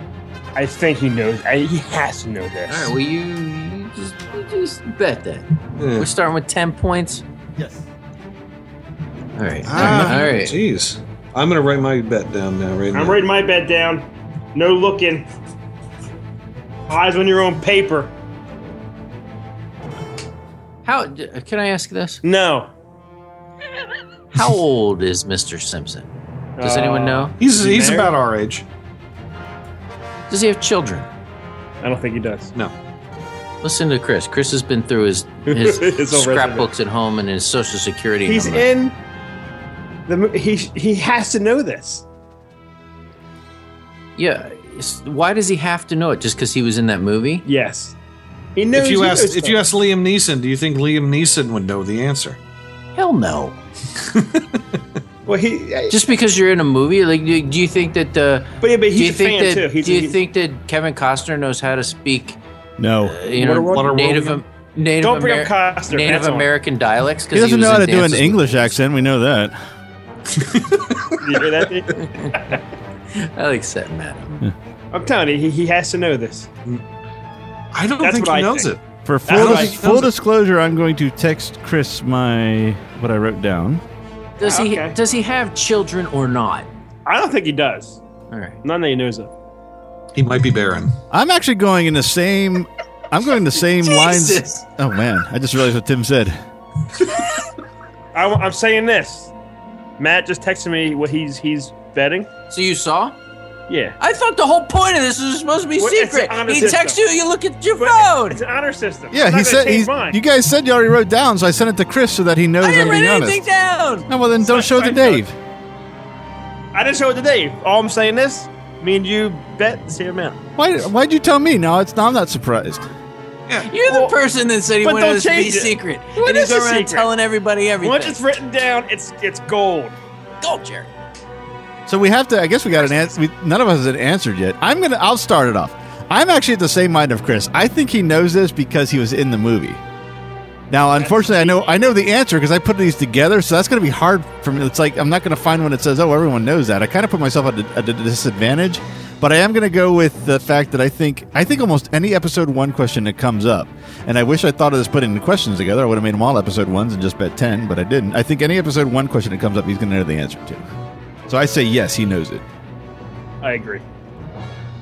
I think he knows. I, he has to know this.
All right, well, you, you, just, you just bet that. We're starting with 10 points.
Yes.
All right.
Ah,
all right.
Jeez. I'm going to write my bet down now, right
I'm
now.
writing my bet down. No looking. Eyes on your own paper.
How d- can I ask this?
No.
How old is Mr. Simpson? Does
Uh,
anyone know?
He's, he's about our age.
Does he have children?
I don't think he does.
No.
Listen to Chris. Chris has been through his, his
His whole
scrapbooks at home and his social security
He's
number.
in the. mo- He he has to know this.
Yeah. it's- Why does he have to know it? Just because he was in that movie?
Yes. He
If you asked, if you asked Liam Neeson, do you think Liam Neeson would know the answer?
Hell no.
well, he
just because you're in a movie, like, do, do you think that? Uh,
but yeah, but
do
he's
you
a
think
fan,
that,
too. He's-
do you
he-
think that Kevin Costner knows how to speak?
No,
uh, you know,
Waterworld?
Native
Waterworld?
Am- Native,
Don't bring
Ameri-
up Costner,
Native
that's all.
American dialects
He
because
doesn't
was
know how
in
to do an
Dances with
English accent. We know that.
you hear that? Dave?
I like setting that.
I'm telling you, he, he has to know this.
I don't
That's
think he
what I
knows
think.
it.
For
That's
full,
what
dis-
I-
full disclosure, I'm going to text Chris my what I wrote down.
Does he does he have children or not?
I don't think he does.
All right.
None that he knows of.
He might be barren.
I'm actually going in the same. I'm going the same lines.
Jesus.
Oh man, I just realized what Tim said.
I, am saying this. Matt just texted me what he's he's betting.
So you saw?
Yeah.
I thought the whole point of this was supposed to be
Well, it's
secret.
an honor
He
system.
texts you, you look at your phone.
It's an honor system.
Yeah, he said. He's, you guys said you already wrote down, so I sent it to Chris so that he knows I am being honest.
down.
No, well then don't show it to Dave.
I didn't show it today. All I'm saying is, me and you bet the same amount.
Why? Why'd you tell me? No, it's. I'm not surprised.
You're the person that said he
but
wanted
don't
this to be
change it.
secret,
What
and he's
is a
going around
secret?
telling everybody everything.
Once it's written down, it's it's gold.
Gold, Jerry.
So we have to. I guess we got an answer. None of us had answered yet. I'm gonna. I'll start it off. I'm actually at the same mind of Chris. I think he knows this because he was in the movie. Now, unfortunately, I know I know the answer because I put these together. So that's going to be hard for me. It's like I'm not going to find one that says, "Oh, everyone knows that." I kind of put myself at a, at a disadvantage. But I am going to go with the fact that I think I think almost any episode one question that comes up, and I wish I thought of this putting the questions together. I would have made them all episode ones and just bet ten, but I didn't. I think any episode one question that comes up, he's going to know the answer to. So I say yes, he knows it.
I agree.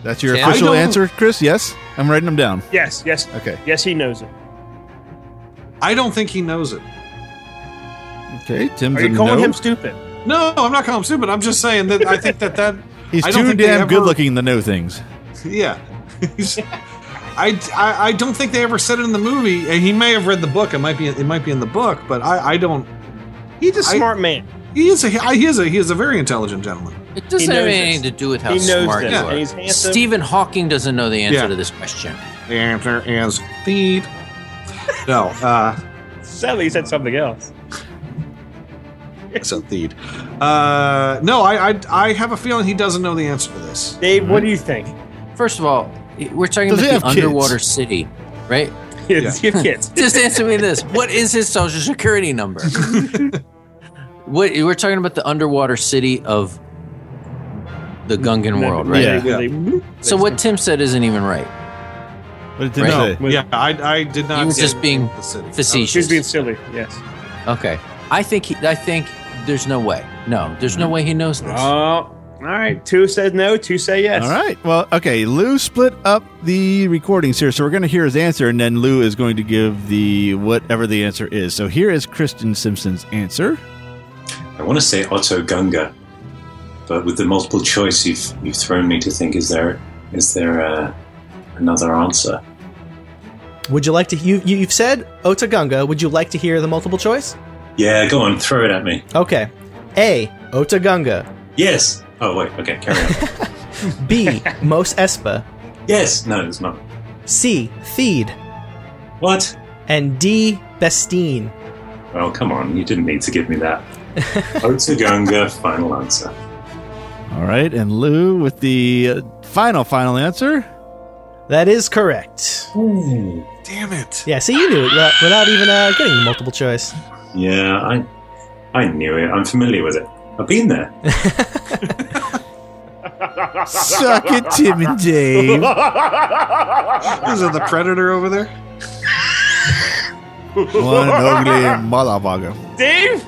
That's your
Tim?
official
I don't-
answer, Chris. Yes, I'm writing them down.
Yes, yes.
Okay.
Yes, he knows it.
I don't think he knows it.
Okay, Tim's
Are you
a
calling
no.
him
stupid?
No, I'm not calling him stupid. I'm just saying that I think that that
He's
I don't
too
think they
damn
ever-
good looking to know things.
Yeah. He's- I, I, I don't think they ever said it in the movie. And he may have read the book. It might be it might be in the book, but I, I don't.
He's a
I-
smart man.
He is a he is a he is a very intelligent gentleman.
It doesn't have anything to do with how smart you are. Stephen Hawking doesn't know the answer
Yeah.
to this question.
The answer is feed. No, uh,
Sadly, he said something else.
it's a thied. Uh, no, I, I I have a feeling he doesn't know the answer to this.
Dave, what do you think?
First of all, we're talking
Does he
about the
have kids?
underwater city, right?
Yeah, does he have kids?
Just answer me this: What is his social security number? what we're talking about the underwater city of the Gungan world, right?
Yeah. Yeah.
So what Tim said isn't even right.
What did
Tim say? Yeah, I, I did not
He was
say
just being
the city.
facetious.
He was being
silly. Yes.
Okay. I think he, I think there's no way. No, there's
Mm.
no way he knows this.
Oh, all right. Two said no. Two say yes.
All right. Well, okay. Lou split up the recordings here, so we're going to hear his answer, and then Lou is going to give the whatever the answer is. So here is Kristen Simpson's answer.
I want to say Otto Gunga, but with the multiple choice, you've you've thrown me to think: is there is there uh, another answer?
Would you like to? You, you you've said Otagunga. Would you like to hear the multiple choice?
Yeah, go on, throw it at me.
Okay. A. Otagunga.
Yes. Oh wait. Okay, carry on.
B. Mos Espa.
yes. No, it's not.
C. Theed.
What?
And D. Bestine.
Oh come on, you didn't need to give me that. Otto Gunga, final answer.
All right, and Lou with the uh, final final answer.
That is correct.
Damn it.
Yeah. See, you knew it without, without even uh, getting the multiple choice.
Yeah, I I knew it. I'm familiar with it. I've been there.
Suck it, Tim and Dave.
Is it the predator over there?
What an ugly motherfucker.
Dave,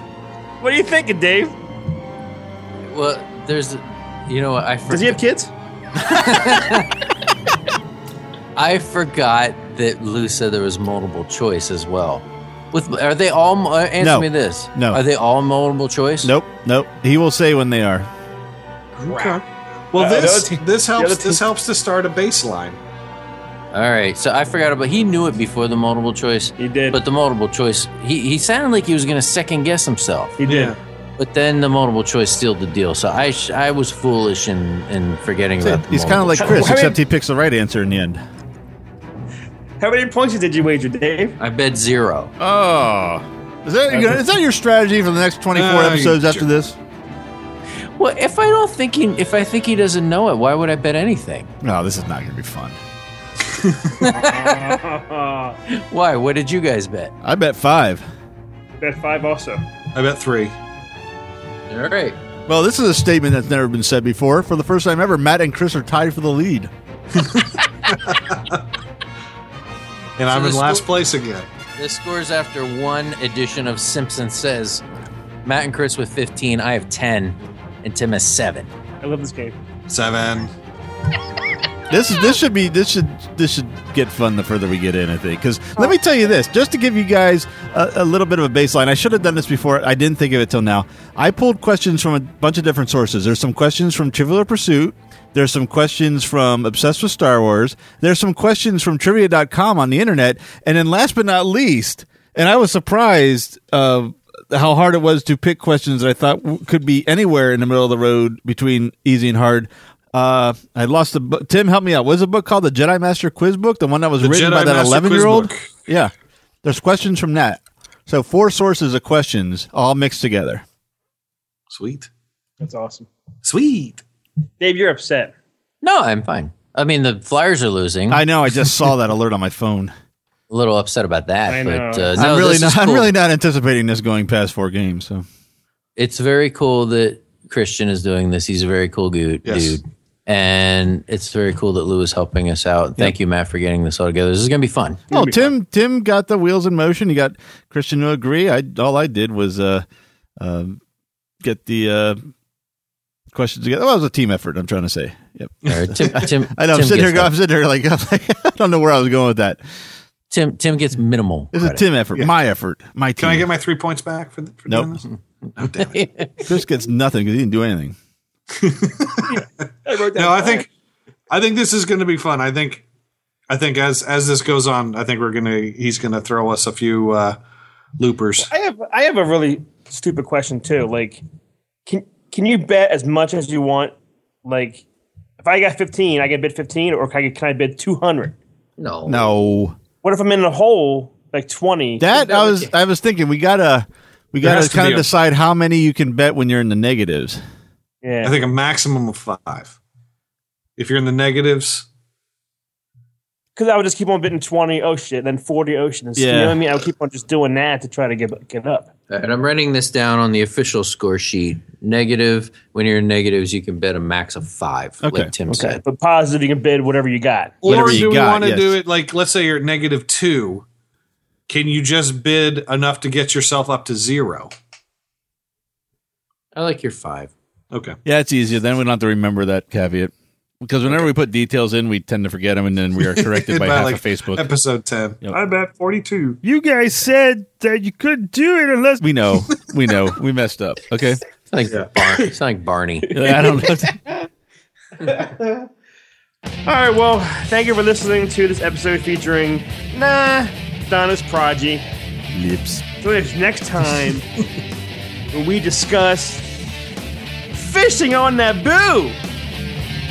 what are you thinking, Dave?
Well, there's, you know, I forgot.
Does he have kids?
I forgot that Lou said there was multiple choice as well. With are they all? mu- uh, Answer
No.
me this.
No.
Are they all multiple choice?
Nope. Nope. He will say when they are.
Okay. Well,
Uh,
this
the other te-
this
the
helps
other te-
this helps to start a baseline.
All right. So I forgot about. He knew it before the multiple choice. He did. But the multiple choice, he he sounded like he was going to second guess himself.
He did.
But then the multiple choice sealed the deal. So I sh- I was foolish in in forgetting about. The
He's kind of
multiple
like
choice.
Chris, except he picks the right answer in the end.
How many points did you wager, Dave?
I bet zero.
Oh, is that
your-
is that your strategy for the next twenty four
Uh,
episodes after
sure.
this?
Well, if I don't think he, if I think he doesn't know it, why would I bet anything?
No, this is not going to be fun.
Why? What did you guys bet?
I bet five.
Bet five also.
I bet three.
All right.
Well, this is a statement that's never been said before. For the first time ever, Matt and Chris are tied for the lead.
And I'm
the
in last
score-
place again.
The scores after one edition of Simpson says Matt and Chris with 15, I have 10, and Tim has 7.
I love this game.
Seven.
This is this should be this should this should get fun the further we get in. I think because let me tell you this, just to give you guys a, a little bit of a baseline. I should have done this before. I didn't think of it till now. I pulled questions from a bunch of different sources. There's some questions from Trivial Pursuit. There's some questions from Obsessed with Star Wars. There's some questions from Trivia.com on the internet. And then last but not least, and I was surprised uh, how hard it was to pick questions that I thought w- could be anywhere in the middle of the road between easy and hard. Uh, I lost the book. Tim, help me out. What is the book called? The Jedi Master Quiz Book, the one that was
The
written by
Jedi
that
Master
eleven year old.
Quiz
Yeah, there's questions from that. So four sources of questions all mixed together.
Sweet.
That's awesome.
Sweet.
Dave, you're upset.
No, I'm fine. I mean, the Flyers are losing.
I know. I just saw that alert on my phone.
A little upset about that.
I
but uh, no,
I'm really
this
not.
is cool.
I'm really not anticipating this going past four games. So
It's very cool that Christian is doing this. He's a very cool goo-
Yes.
dude. And it's very cool that Lou is helping us out. Thank you, Matt, for getting this all together. This is going to be fun.
No, Oh, Tim. Tim got the wheels in motion. He got Christian to agree. I all I did was uh, uh, get the uh, questions together. Well, it was a team effort. I'm trying to say. Yep.
Alright, Tim- Tim-
I know. I'm
Tim
sitting here.
gets
go- I'm sitting here like, I'm like I don't know where I was going with that.
Tim. Tim gets minimal.
It's a
credit.
Tim effort.
Yeah.
My effort. My team.
Can I get my three points back for, the, for doing
Nope.
this? Oh, damn it.
Chris gets nothing because he didn't do anything.
no, I think I think this is going to be fun. I think I think as as this goes on, I think we're gonna he's gonna throw us a few uh, loopers.
I have I have a really stupid question too. Like, can can you bet as much as you want? Like, if I got fifteen, I can bid fifteen, or can I, can I bid two hundred?
No. Oh.
No.
What if I'm in a hole like twenty?
That I was. I was thinking we gotta. We
There
gotta
has to
kind
be
of
a-
decide how many you can bet when you're in the negatives.
Yeah.
I think a maximum of five. If you're in the negatives,
because I would just keep on bidding twenty. Oh shit! Then forty. Oh shit! and You know
Yeah.
what I mean? I would keep on just doing that to try to give give up.
All right, I'm writing this down on the official score sheet. Negative. When you're in negatives, you can bet a max of five, like Tim said.
But positive, you can bid whatever you got.
or do we want to do it like let's say you're at negative two? Can you just bid enough to get yourself up to zero?
I like your five.
Okay.
Yeah, it's easier. Then we don't have to remember that caveat because whenever we put details in, we tend to forget them, and then we are corrected by, half
like,
of Facebook.
Episode ten. I bet forty two.
You guys said that you couldn't do it unless we know. We know. We messed up. Okay.
It's like, Bar- it's like Barney.
I don't know.
All right. Well, thank you for listening to this episode featuring Nah Donis Prodigy.
Lips.
Join us next time when we discuss fishing on Naboo.